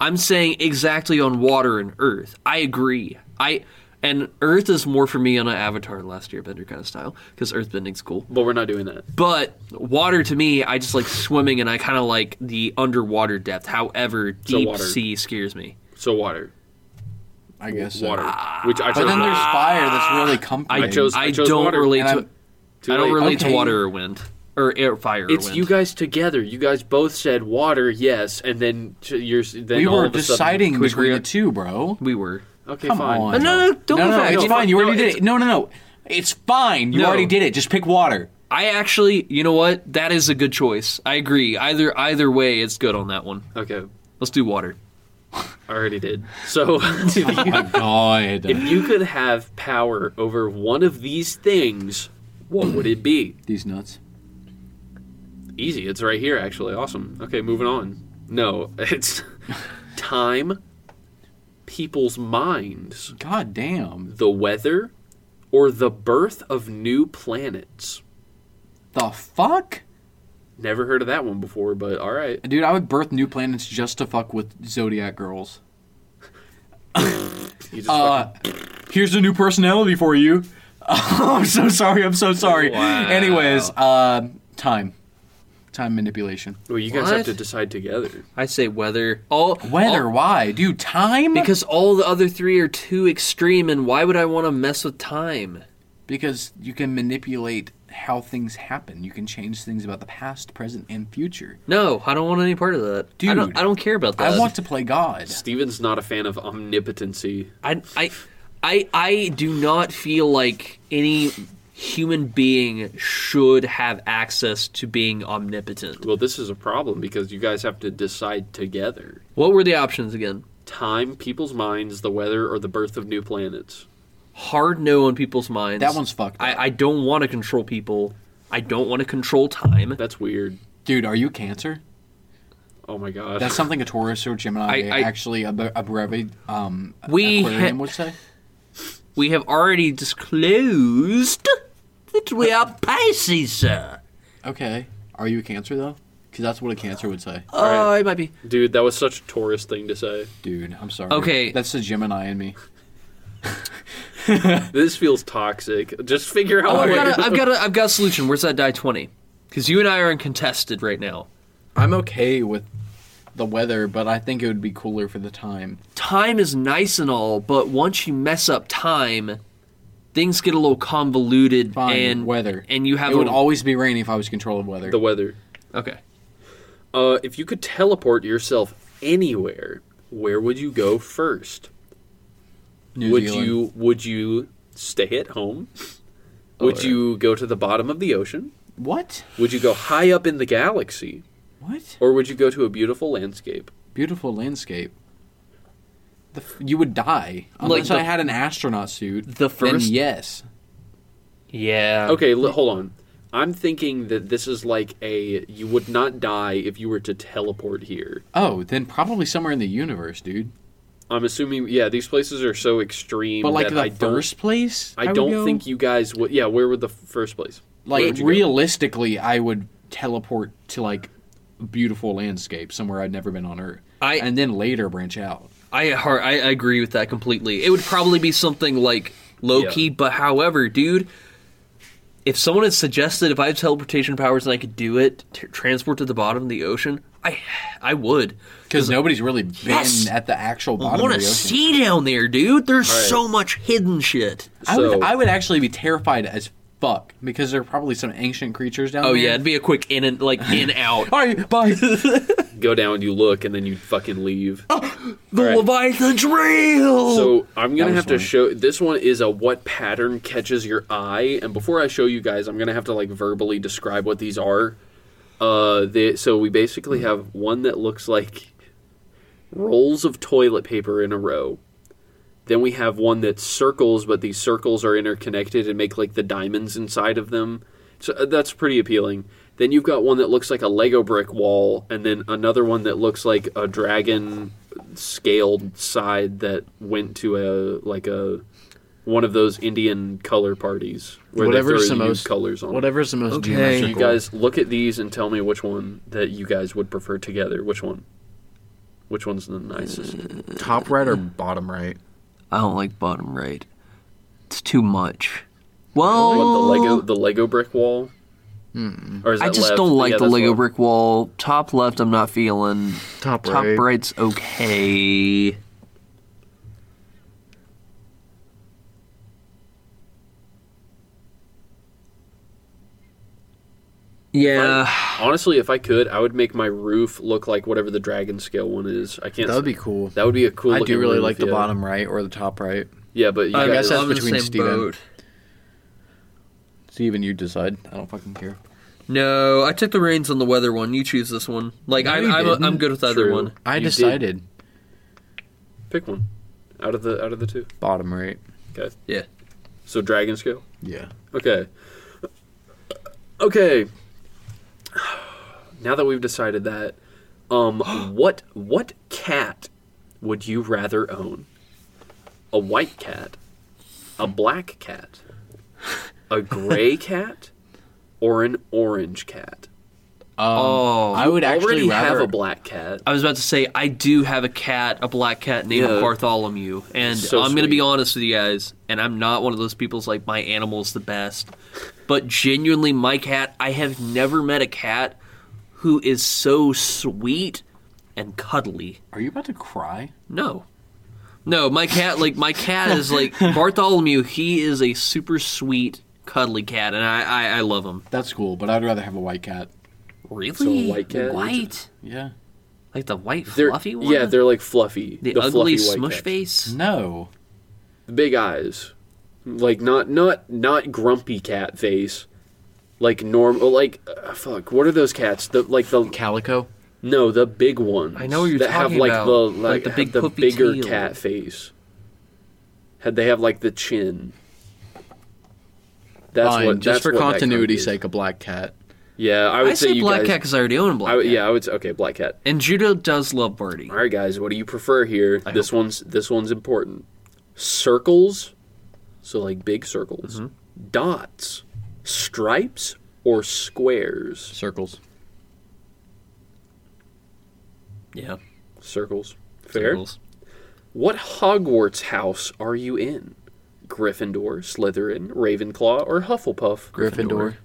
I'm saying exactly on water and earth. I agree. I and earth is more for me on an Avatar and Last Airbender kind of style because earthbending's cool.
but we're not doing that.
But water to me, I just like swimming and I kind of like the underwater depth. However,
So
deep
water.
sea scares me.
So water,
I guess so.
water, which I
But
chose.
then there's fire that's really comforting.
I,
I chose-
I,
chose
don't
water,
relate
and
to.
I'm-
Too
I don't
late.
relate to
Okay.
water or wind or air, fire. or
It's
wind.
you guys together. You guys both said water, yes, and then t- you're then
we
all
were
of a sudden-
deciding
Can we
between
agree
the
on-
two, bro.
We were.
okay,
Come
fine.
on.
No, no, no, don't
no,
go
no,
back.
It's
No,
fine. You
no,
already did
it's-
it. No, no, no. It's fine. You
No.
already did it. Just pick
[laughs]
water.
I actually, you know what? That is a good choice. I agree. Either either way, it's good on that one.
Okay,
Let's do water.
I already did.
[laughs]
So [laughs] if you-
My God.
if you could have power over one of these things, what would it be?
These nuts.
Easy. It's right here, actually. Awesome. Okay, moving on. No, [laughs] it's time, people's minds,
God damn.
the weather, or the birth of new planets.
The fuck?
Never heard of that one before, but all right.
Dude, I would birth new planets just to fuck with Zodiac girls.
You just
Uh, here's a new personality for you. [laughs] Oh, I'm so sorry. I'm so sorry.
Wow.
Anyways, uh, time, time manipulation.
fucking- well, you guys have
what?
to decide together.
I say weather. All
Weather?
all-
why, dude? Time?
Oh. because all the other three are too extreme, and why would I want to mess with time?
because you can manipulate how things happen. You can change things about the past, present, and future.
No, I don't want any part of that. I don't,
Dude.
I don't care about that.
I want to play God.
Steven's not a fan of omnipotency.
I, I, I, I do not feel like any human being should have access to being omnipotent.
Well, this is a problem because you guys have to decide together.
What were the options again?
Time, people's minds, the weather, or the birth of new planets.
Hard no on people's minds.
That one's fucked. up.
I, I don't want to control people. I don't want to control time.
That's weird.
dude, are you Cancer?
Oh my god.
That's something a Taurus or Gemini
I- I-
actually ab- abbrevi- um,
We
aquarium
ha-
would say.
We have already disclosed that we are Pisces, sir.
Okay, are you a Cancer though? Because that's what a Cancer would say.
Oh, it might be.
Dude, that was such a Taurus thing to say.
Dude, I'm sorry.
Okay.
that's the Gemini in me.
This feels toxic. Just figure out.
Oh,
a
I've
way
got,
to-
a, I've got, a, I've got a solution. Where's that die twenty? Because you and I are uncontested right now.
I'm okay with the weather, but I think it would be cooler for the time.
Time is nice and all, but once you mess up time, things get a little convoluted
Fine,
and
weather.
And you have
it
a
would
little-
always be rainy if I was controlling weather.
the weather.
okay.
Uh, if you could teleport yourself anywhere, where would you go first?
New
would
Zealand.
you would you stay at home?
Oh,
Would you go to the bottom of the ocean?
What?
Would you go high up in the galaxy,
What?
or would you go to a beautiful landscape?
Beautiful landscape. The f- you would die
Like
unless
the-
I had an astronaut suit.
The first-
Then yes.
Yeah.
Okay, l- hold on. I'm thinking that this is like a you would not die if you were to teleport here.
Oh, then probably somewhere in the universe, dude.
I'm assuming yeah, these places are so extreme
But like
that
the
I don't
first place,
I
would
don't
go?
think you guys would. Yeah, where would the f- first place?
Like
would you go?
realistically, I would teleport to like a beautiful landscape somewhere I'd never been on Earth,
I-
and then later branch out.
I har- I I agree with that completely. It would probably be something like Loki, but however, dude, if someone had suggested if I had teleportation powers and I could do it, t- transport to the bottom of the ocean, I I would.
Because nobody's really been
Yes!
at the actual
I
bottom of
want
the
to
ocean.
see down there, dude. There's so much hidden shit.
I
So-
would, I would actually be terrified as fuck because there are probably some ancient creatures down
Oh
there.
yeah, it'd be a quick in and like
[laughs]
in out.
All right, bye.
Go down, you look, and then you fucking leave.
the
right.
Leviathan's real.
So I'm gonna
was
have to
funny.
show. This one is a what pattern catches your eye, and before I show you guys, I'm gonna have to like verbally describe what these are. Uh, they, so we basically have one that looks like rolls of toilet paper in a row. Then we have one that's circles, but these circles are interconnected and make like the diamonds inside of them. So uh, that's pretty appealing. Then you've got one that looks like a Lego brick wall, and then another one that looks like a dragon scaled side that went to a like a one of those Indian color parties where they
whatever's
throw
the
nude
most
colors on.
whatever's the most
Okay.
geometrical.
You guys look at these and tell me which one that you guys would prefer together. Which one? Which one's the nicest?
top right or bottom right?
I don't like bottom right. It's too much. Well,
What, the Lego
Oh.
the Lego brick wall?
Hmm.
Or is
I
that
just
left?
don't like
Yeah,
the
that's
Lego
left.
brick wall. Top left, I'm not feeling.
Top
Top right's okay. Yeah,
Honestly, if I could, I would make my roof look like whatever the dragon scale one is. I can't.
That would
say-
be cool.
That would be a cool.
I do
looking
really
roof,
like the
yeah.
bottom right or the top right.
Yeah, but you
I
guess
guys,
that's
I'm in the
between
same
Steven.
boat.
Steven, you decide. I don't fucking care.
No, I took the reins on the weather one. You choose this one. Like
No,
I,
you
I'm,
didn't.
I'm good with either
True.
one.
I
You did.
decided
pick one out of the out of the two.
bottom right.
Okay.
Yeah.
So dragon scale.
Yeah.
Okay. Okay. Now that we've decided that,
[gasps]
um, what what cat would you rather own? A white cat, a black cat, a
[laughs]
gray cat, or an orange cat?
Oh,
Um, I would actually
Already
rather
have a black cat.
I was about to say I do have a cat, a black cat named
Yeah.
Bartholomew, and
So
I'm going to be
sweet.
honest with you guys, and I'm not one of those people's like my animal's the best, but genuinely my cat, I have never met a cat who is so sweet and cuddly.
Are you about to cry?
No. No, my cat like my cat is
[laughs]
like Bartholomew, he is a super sweet cuddly cat and I I, I love him.
That's cool, but I'd rather have a white cat.
Really?
white cat?
White?
Yeah.
Like the white
They're-
fluffy one?
Yeah, they're like fluffy.
the,
the
ugly
fluffy white
smush
cats.
face?
No.
big eyes, like not not not grumpy cat face, like normal like uh, fuck. What are those cats? The like the
Calico.
no the big ones.
I know what you're
that have
talking
like
about,
the like,
like the
have
big
the
poofy
bigger
tail.
cat face. Had they have like the chin. That's
Fine.
what.
just
that's
for
what that kind
continuity's
is.
sake, a black cat.
Yeah, I
I,
would say,
say,
you
black
guys.
cat because I already own a black
I would-
cat.
yeah, I would say okay, black cat.
And Judo does love Birdie.
All right, guys, what do you prefer here? this one's this one's important. Circles, so like big circles, dots, stripes, or squares.
Circles.
Yeah.
Circles. Fair.
Circles.
What Hogwarts house are you in? Gryffindor, Slytherin, Ravenclaw, or Hufflepuff?
Gryffindor.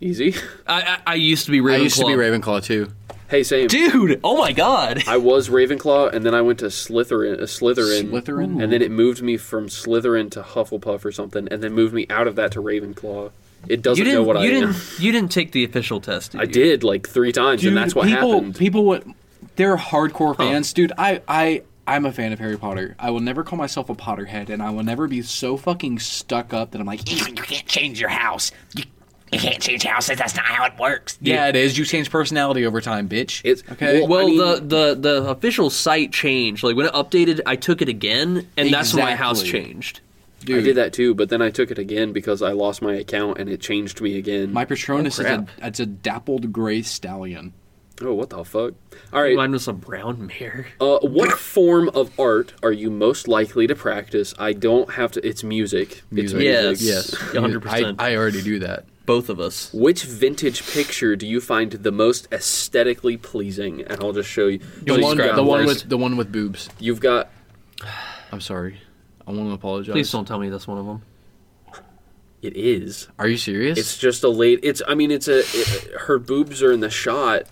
Easy. [laughs]
I, I I used to be Ravenclaw.
I used to be Ravenclaw too.
hey, same.
Dude, oh my god.
I was Ravenclaw, and then I went to Slytherin, uh, Slytherin,
Slytherin?
and then it moved me from Slytherin to Hufflepuff or something, and then moved me out of that to Ravenclaw. It
You
doesn't
didn't
know what
you
I
didn't
am.
you didn't take the official test. Did
I
you?
did like three times, and that's what
people,
happened.
People would. They're hardcore fans, dude. I, I, I'm a fan of Harry Potter. I will never call myself a Potterhead, and I will never be so fucking stuck up that I'm like,
You can't change your house. You, you can't change houses. That's not how it works.
yeah, it is. You change personality over time, bitch.
It's-
okay.
well, I
Well,
mean-
the, the the official site changed. Like when it updated, I took it again, and that's when my house
Exactly.
changed.
I did that too, but then I took it again because I lost my account, and it changed me again.
My Patronus is a,
crap.
it's a dappled gray stallion.
oh, what the fuck! All right,
Mine was a brown mare.
uh, what form of art are you most likely to practice? I don't have to. It's music. It's
Music.
music.
Yes. Yeah, 100%.
I, I already do that.
both of us.
Which vintage picture do you find the most aesthetically pleasing? And I'll just show you.
The
So
one,
you've got-
the one with the one with boobs.
you've got
I'm sorry. I want to apologize.
Please don't tell me that's one of them.
it is.
Are you serious?
It's just a late. It's I mean it's a it, her boobs are in the shot,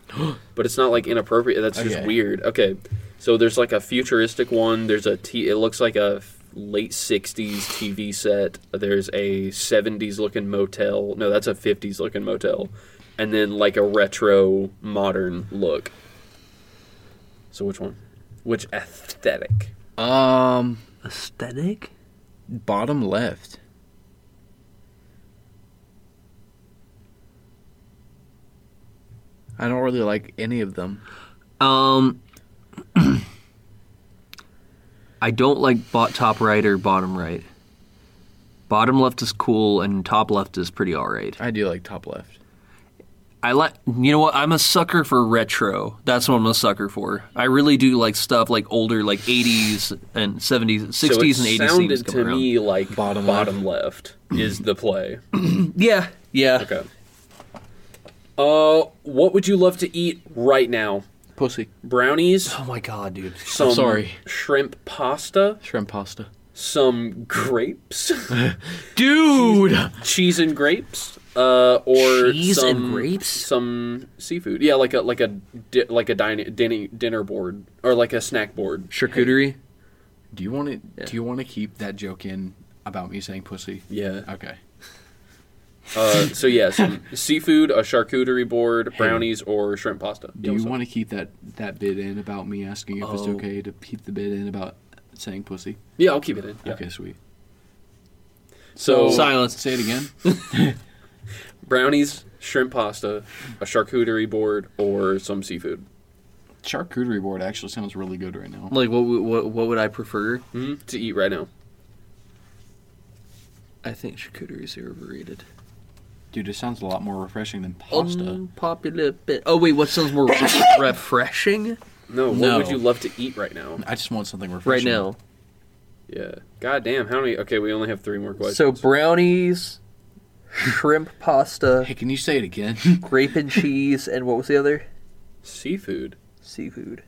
but it's not like inappropriate. That's just
Okay.
weird. Okay, so there's like a futuristic one. There's a t. It looks like a late '60s TV set. There's a '70s looking motel. No, that's a '50s looking motel, and then like a retro modern look. So which one? Which aesthetic?
um,
Aesthetic?
bottom left. I don't really like any of them.
Um, [clears throat] I don't like bot top right or bottom right. Bottom left is cool, and top left is pretty all right.
I do like top left.
I like, you know what? I'm a sucker for retro. That's what I'm a sucker for. I really do like stuff like older, like 80s and 70s, 60s
So it
and 80s things
sounded
coming
to
around.
me like
Bottom
bottom, left. is the play.
Yeah, yeah.
Okay. Uh, what would you love to eat right now?
Pussy.
Brownies,
Oh my god, dude.
some
sorry.
shrimp pasta,
Shrimp pasta.
some grapes, [laughs]
Dude!
cheese and grapes, uh, or
Cheese
some,
and grapes?
some seafood. Yeah, like a like a di- like a dining, dinner dinner board or like a snack board.
Charcuterie. Do you want to do you want to keep that joke in about me saying pussy?
Yeah.
Okay.
Uh, so
[laughs]
yeah, some seafood, a charcuterie board, brownies, or shrimp pasta.
Do
Yeah,
you
so-
want to keep that Oh. that bit in about me asking if it's okay to keep the bit in about saying pussy?
Yeah, I'll keep it in. Yeah.
Okay, sweet.
So,
Silence.
Say it again.
brownies, shrimp pasta, a charcuterie board, or some seafood.
Charcuterie board actually sounds really good right now.
Like, what, would- what, what would I prefer?
Mm, to eat right now.
I think charcuterie's are overrated.
Dude, it sounds a lot more refreshing than pasta.
Um, Unpopular bit. Oh, wait, what sounds more
[laughs]
refreshing?
No, what
No.
would you love to eat right now?
I just want something
Right
refreshing.
now.
Yeah. God damn, how many? Okay, we only have three more questions.
So, brownies, shrimp pasta,
Hey, can you say it again?
[laughs] grape and cheese, and what was the other?
seafood,
Seafood.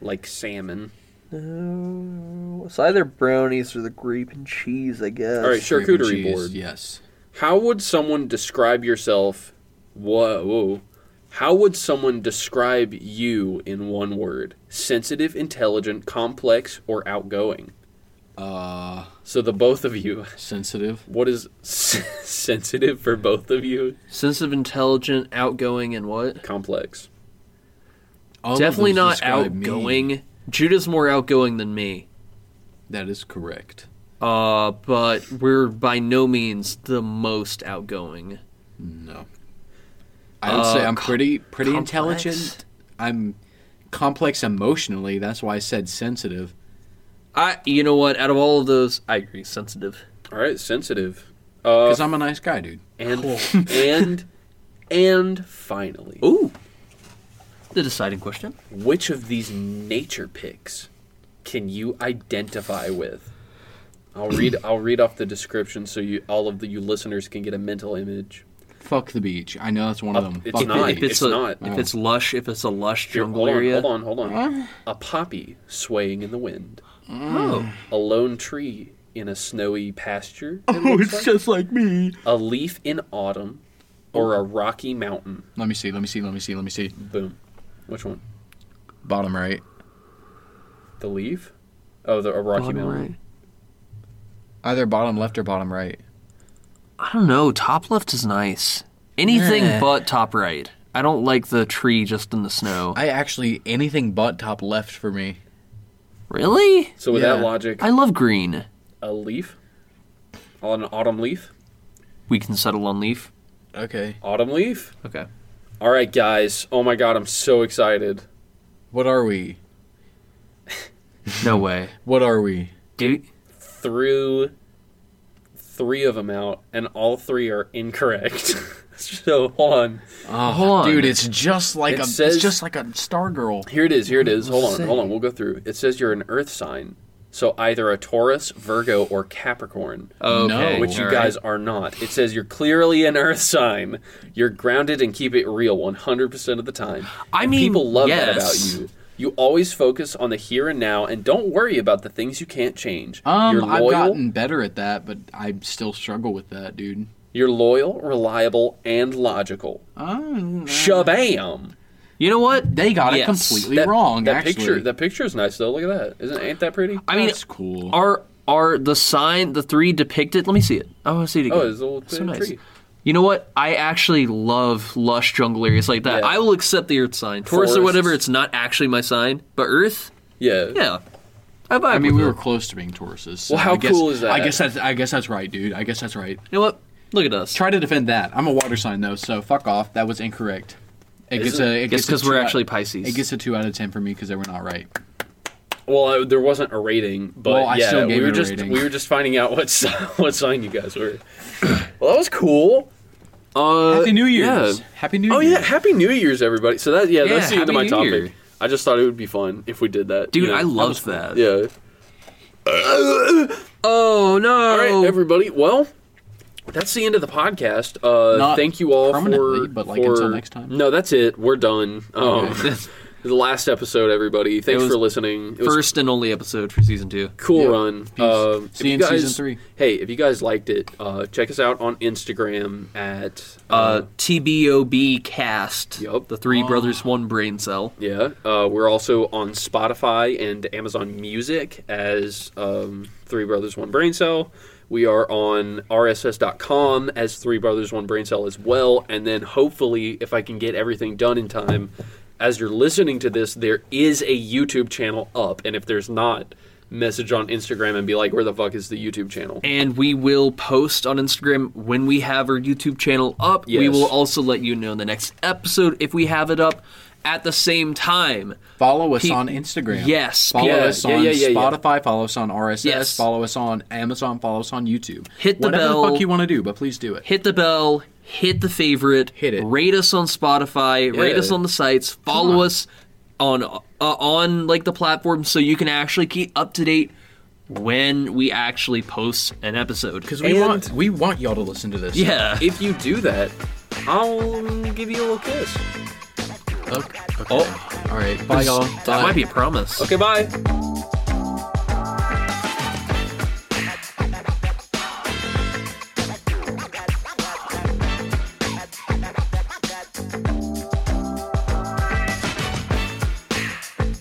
like salmon.
No. It's either brownies or the grape and cheese, I guess.
All right,
Grape and
charcuterie
cheese,
board.
Yes.
How would someone describe yourself? Whoa, whoa. How would someone describe you in one word? Sensitive, intelligent, complex, or outgoing?
Uh,
So the both of you. [laughs]
sensitive.
What is [laughs] sensitive for both of you?
Sensitive, intelligent, outgoing, and what?
Complex.
All of
Definitely
those
not
describe me.
outgoing. Judah's more outgoing than me.
That is correct.
Uh, but we're by no means the most outgoing.
No. I would say I'm pretty pretty
Uh, complex?
intelligent. I'm complex emotionally. That's why I said sensitive.
I, you know what? Out of all of those, I agree. Sensitive.
All right, sensitive. Uh,
Because I'm a nice guy, dude.
and [laughs] and and finally,
Ooh. The deciding question.
which of these nature pics can you identify with? I'll
[clears throat]
read. I'll read off the description so you all of the you listeners can get a mental image.
Fuck the beach. I know that's one of them.
it's
Fuck
not.
The
if
beach.
Uh, it's,
It's
a,
not.
if it's lush, if it's a lush
Here,
jungle
hold, on,
area.
hold on, hold on. A poppy swaying in the wind,
Oh,
a lone tree in a snowy pasture.
Oh.
it looks like,
Oh, like me.
a leaf in autumn, or a rocky mountain.
Let me see. Let me see. Let me see. Let me see.
Boom. Which one?
Bottom right.
The leaf? Oh, the a rocky
bottom
mountain.
right.
Either bottom left or bottom right.
I don't know. Top left is nice. Anything
Yeah.
but top right. I don't like the tree just in the snow.
I actually anything but top left for me.
really?
So with that
Yeah.
logic,
I love green.
a leaf, an autumn leaf,
We can settle on leaf.
Okay.
autumn leaf.
Okay.
All right, guys. Oh my god, I'm so excited.
What are we?
No way.
What are we?
Dude.
Threw three of them out, and all three are incorrect. [laughs] so hold on.
Oh,
Hold on.
dude, it's just like
It
a
says-
it's just like a star girl.
Here it is. Here it is. Hold
Let's
on.
see.
Hold on. We'll go through. It says you're an Earth sign. So either a Taurus, Virgo, or Capricorn.
Okay.
No.
Which you
all
guys
right.
are not. It says you're clearly an earth sign. You're grounded and keep it real 100% of the time.
I
And
mean,
people love that
yes.
about you. You always focus on the here and now and don't worry about the things you can't change.
Um,
you're
I've
loyal,
gotten better at that, but I still struggle with that, dude.
you're loyal, reliable, and logical.
Uh,
Um,
Shabam.
You know what?
they got
Yes.
it completely
That,
wrong.
that
actually,
picture that picture's nice though. Look at that. Isn't ain't that pretty?
I mean,
that's cool.
uh,
are are the sign the three depicted? Let me see it. I want to see it again.
Oh, it's a little
so nice.
tree.
You know what? I actually love lush jungle areas like that.
Yeah.
I will accept the Earth sign, Taurus or
Forests.
whatever. It's not actually my sign, but Earth,
Yeah.
yeah. I vibe
I mean, we
with it.
were close to being Tauruses. so
Well, how
I guess-
cool is that?
I guess that's I guess that's right, dude. I guess that's right.
You know what? Look at us.
Try to defend that. I'm a water sign though, so fuck off. That was incorrect. It gets a. It
It's
gets a
because we're
two out-
actually Pisces.
It gets a two out of ten for me because they were not right.
Well, I, there wasn't a rating, but
Well, I
yeah,
still gave it
we were
a
just
rating.
we were just finding out what [laughs] si- what sign you guys were. well, that was cool.
uh,
Happy New Year's.
yeah.
Happy New
Oh
Year's.
yeah, happy New Year's, everybody. So that yeah, that's the
Yeah,
end of
Happy
my
New
topic.
Year.
I just thought it would be fun if we did that.
dude,
you know.
I love that.
Yeah.
Oh no!
All right, everybody. Well, that's the end of the podcast. Uh,
Not
thank you all for,
permanently, but, like,
for-
until next time.
No, that's it. We're done. Um, [laughs] the last episode, everybody. Thanks
was
for listening. It was
First and only episode for season two.
cool run. Um, if
See you in
guys-
season three.
Hey, if you guys liked it, uh, check us out on Instagram at
Uh, TBOB cast.
Yup.
The Three Brothers One Brain Cell.
yeah. Uh, we're also on Spotify and Amazon Music as um, Three Brothers One Brain Cell. We are on RSS.com as Three Brothers One Brain Cell as well. And then hopefully, if I can get everything done in time, as you're listening to this, there is a YouTube channel up. And if there's not, message on Instagram and be like, "Where the fuck is the YouTube channel?"
And we will post on Instagram when we have our YouTube channel up. We
Yes.
will also let you know in the next episode if we have it up at the same time.
Follow us
Pe-
on Instagram.
Yes,
Follow
yeah,
us
yeah,
on
yeah, yeah, yeah.
Spotify. Follow us on RSS.
Yes.
Follow us on Amazon. Follow us on YouTube.
Hit the
Whatever the
bell.
fuck you want to do, but please do it.
Hit the bell, hit the favorite,
Hit it.
rate us on Spotify, rate
Yeah.
us on the sites, follow us on uh, on like the platform so you can actually keep up to date when we actually post an episode.
Because we want we want y'all to listen to this.
yeah.
if you do that, I'll give you a little kiss.
Okay. Oh. All right. Bye, y'all.
That
Bye.
might be a promise.
Okay, bye.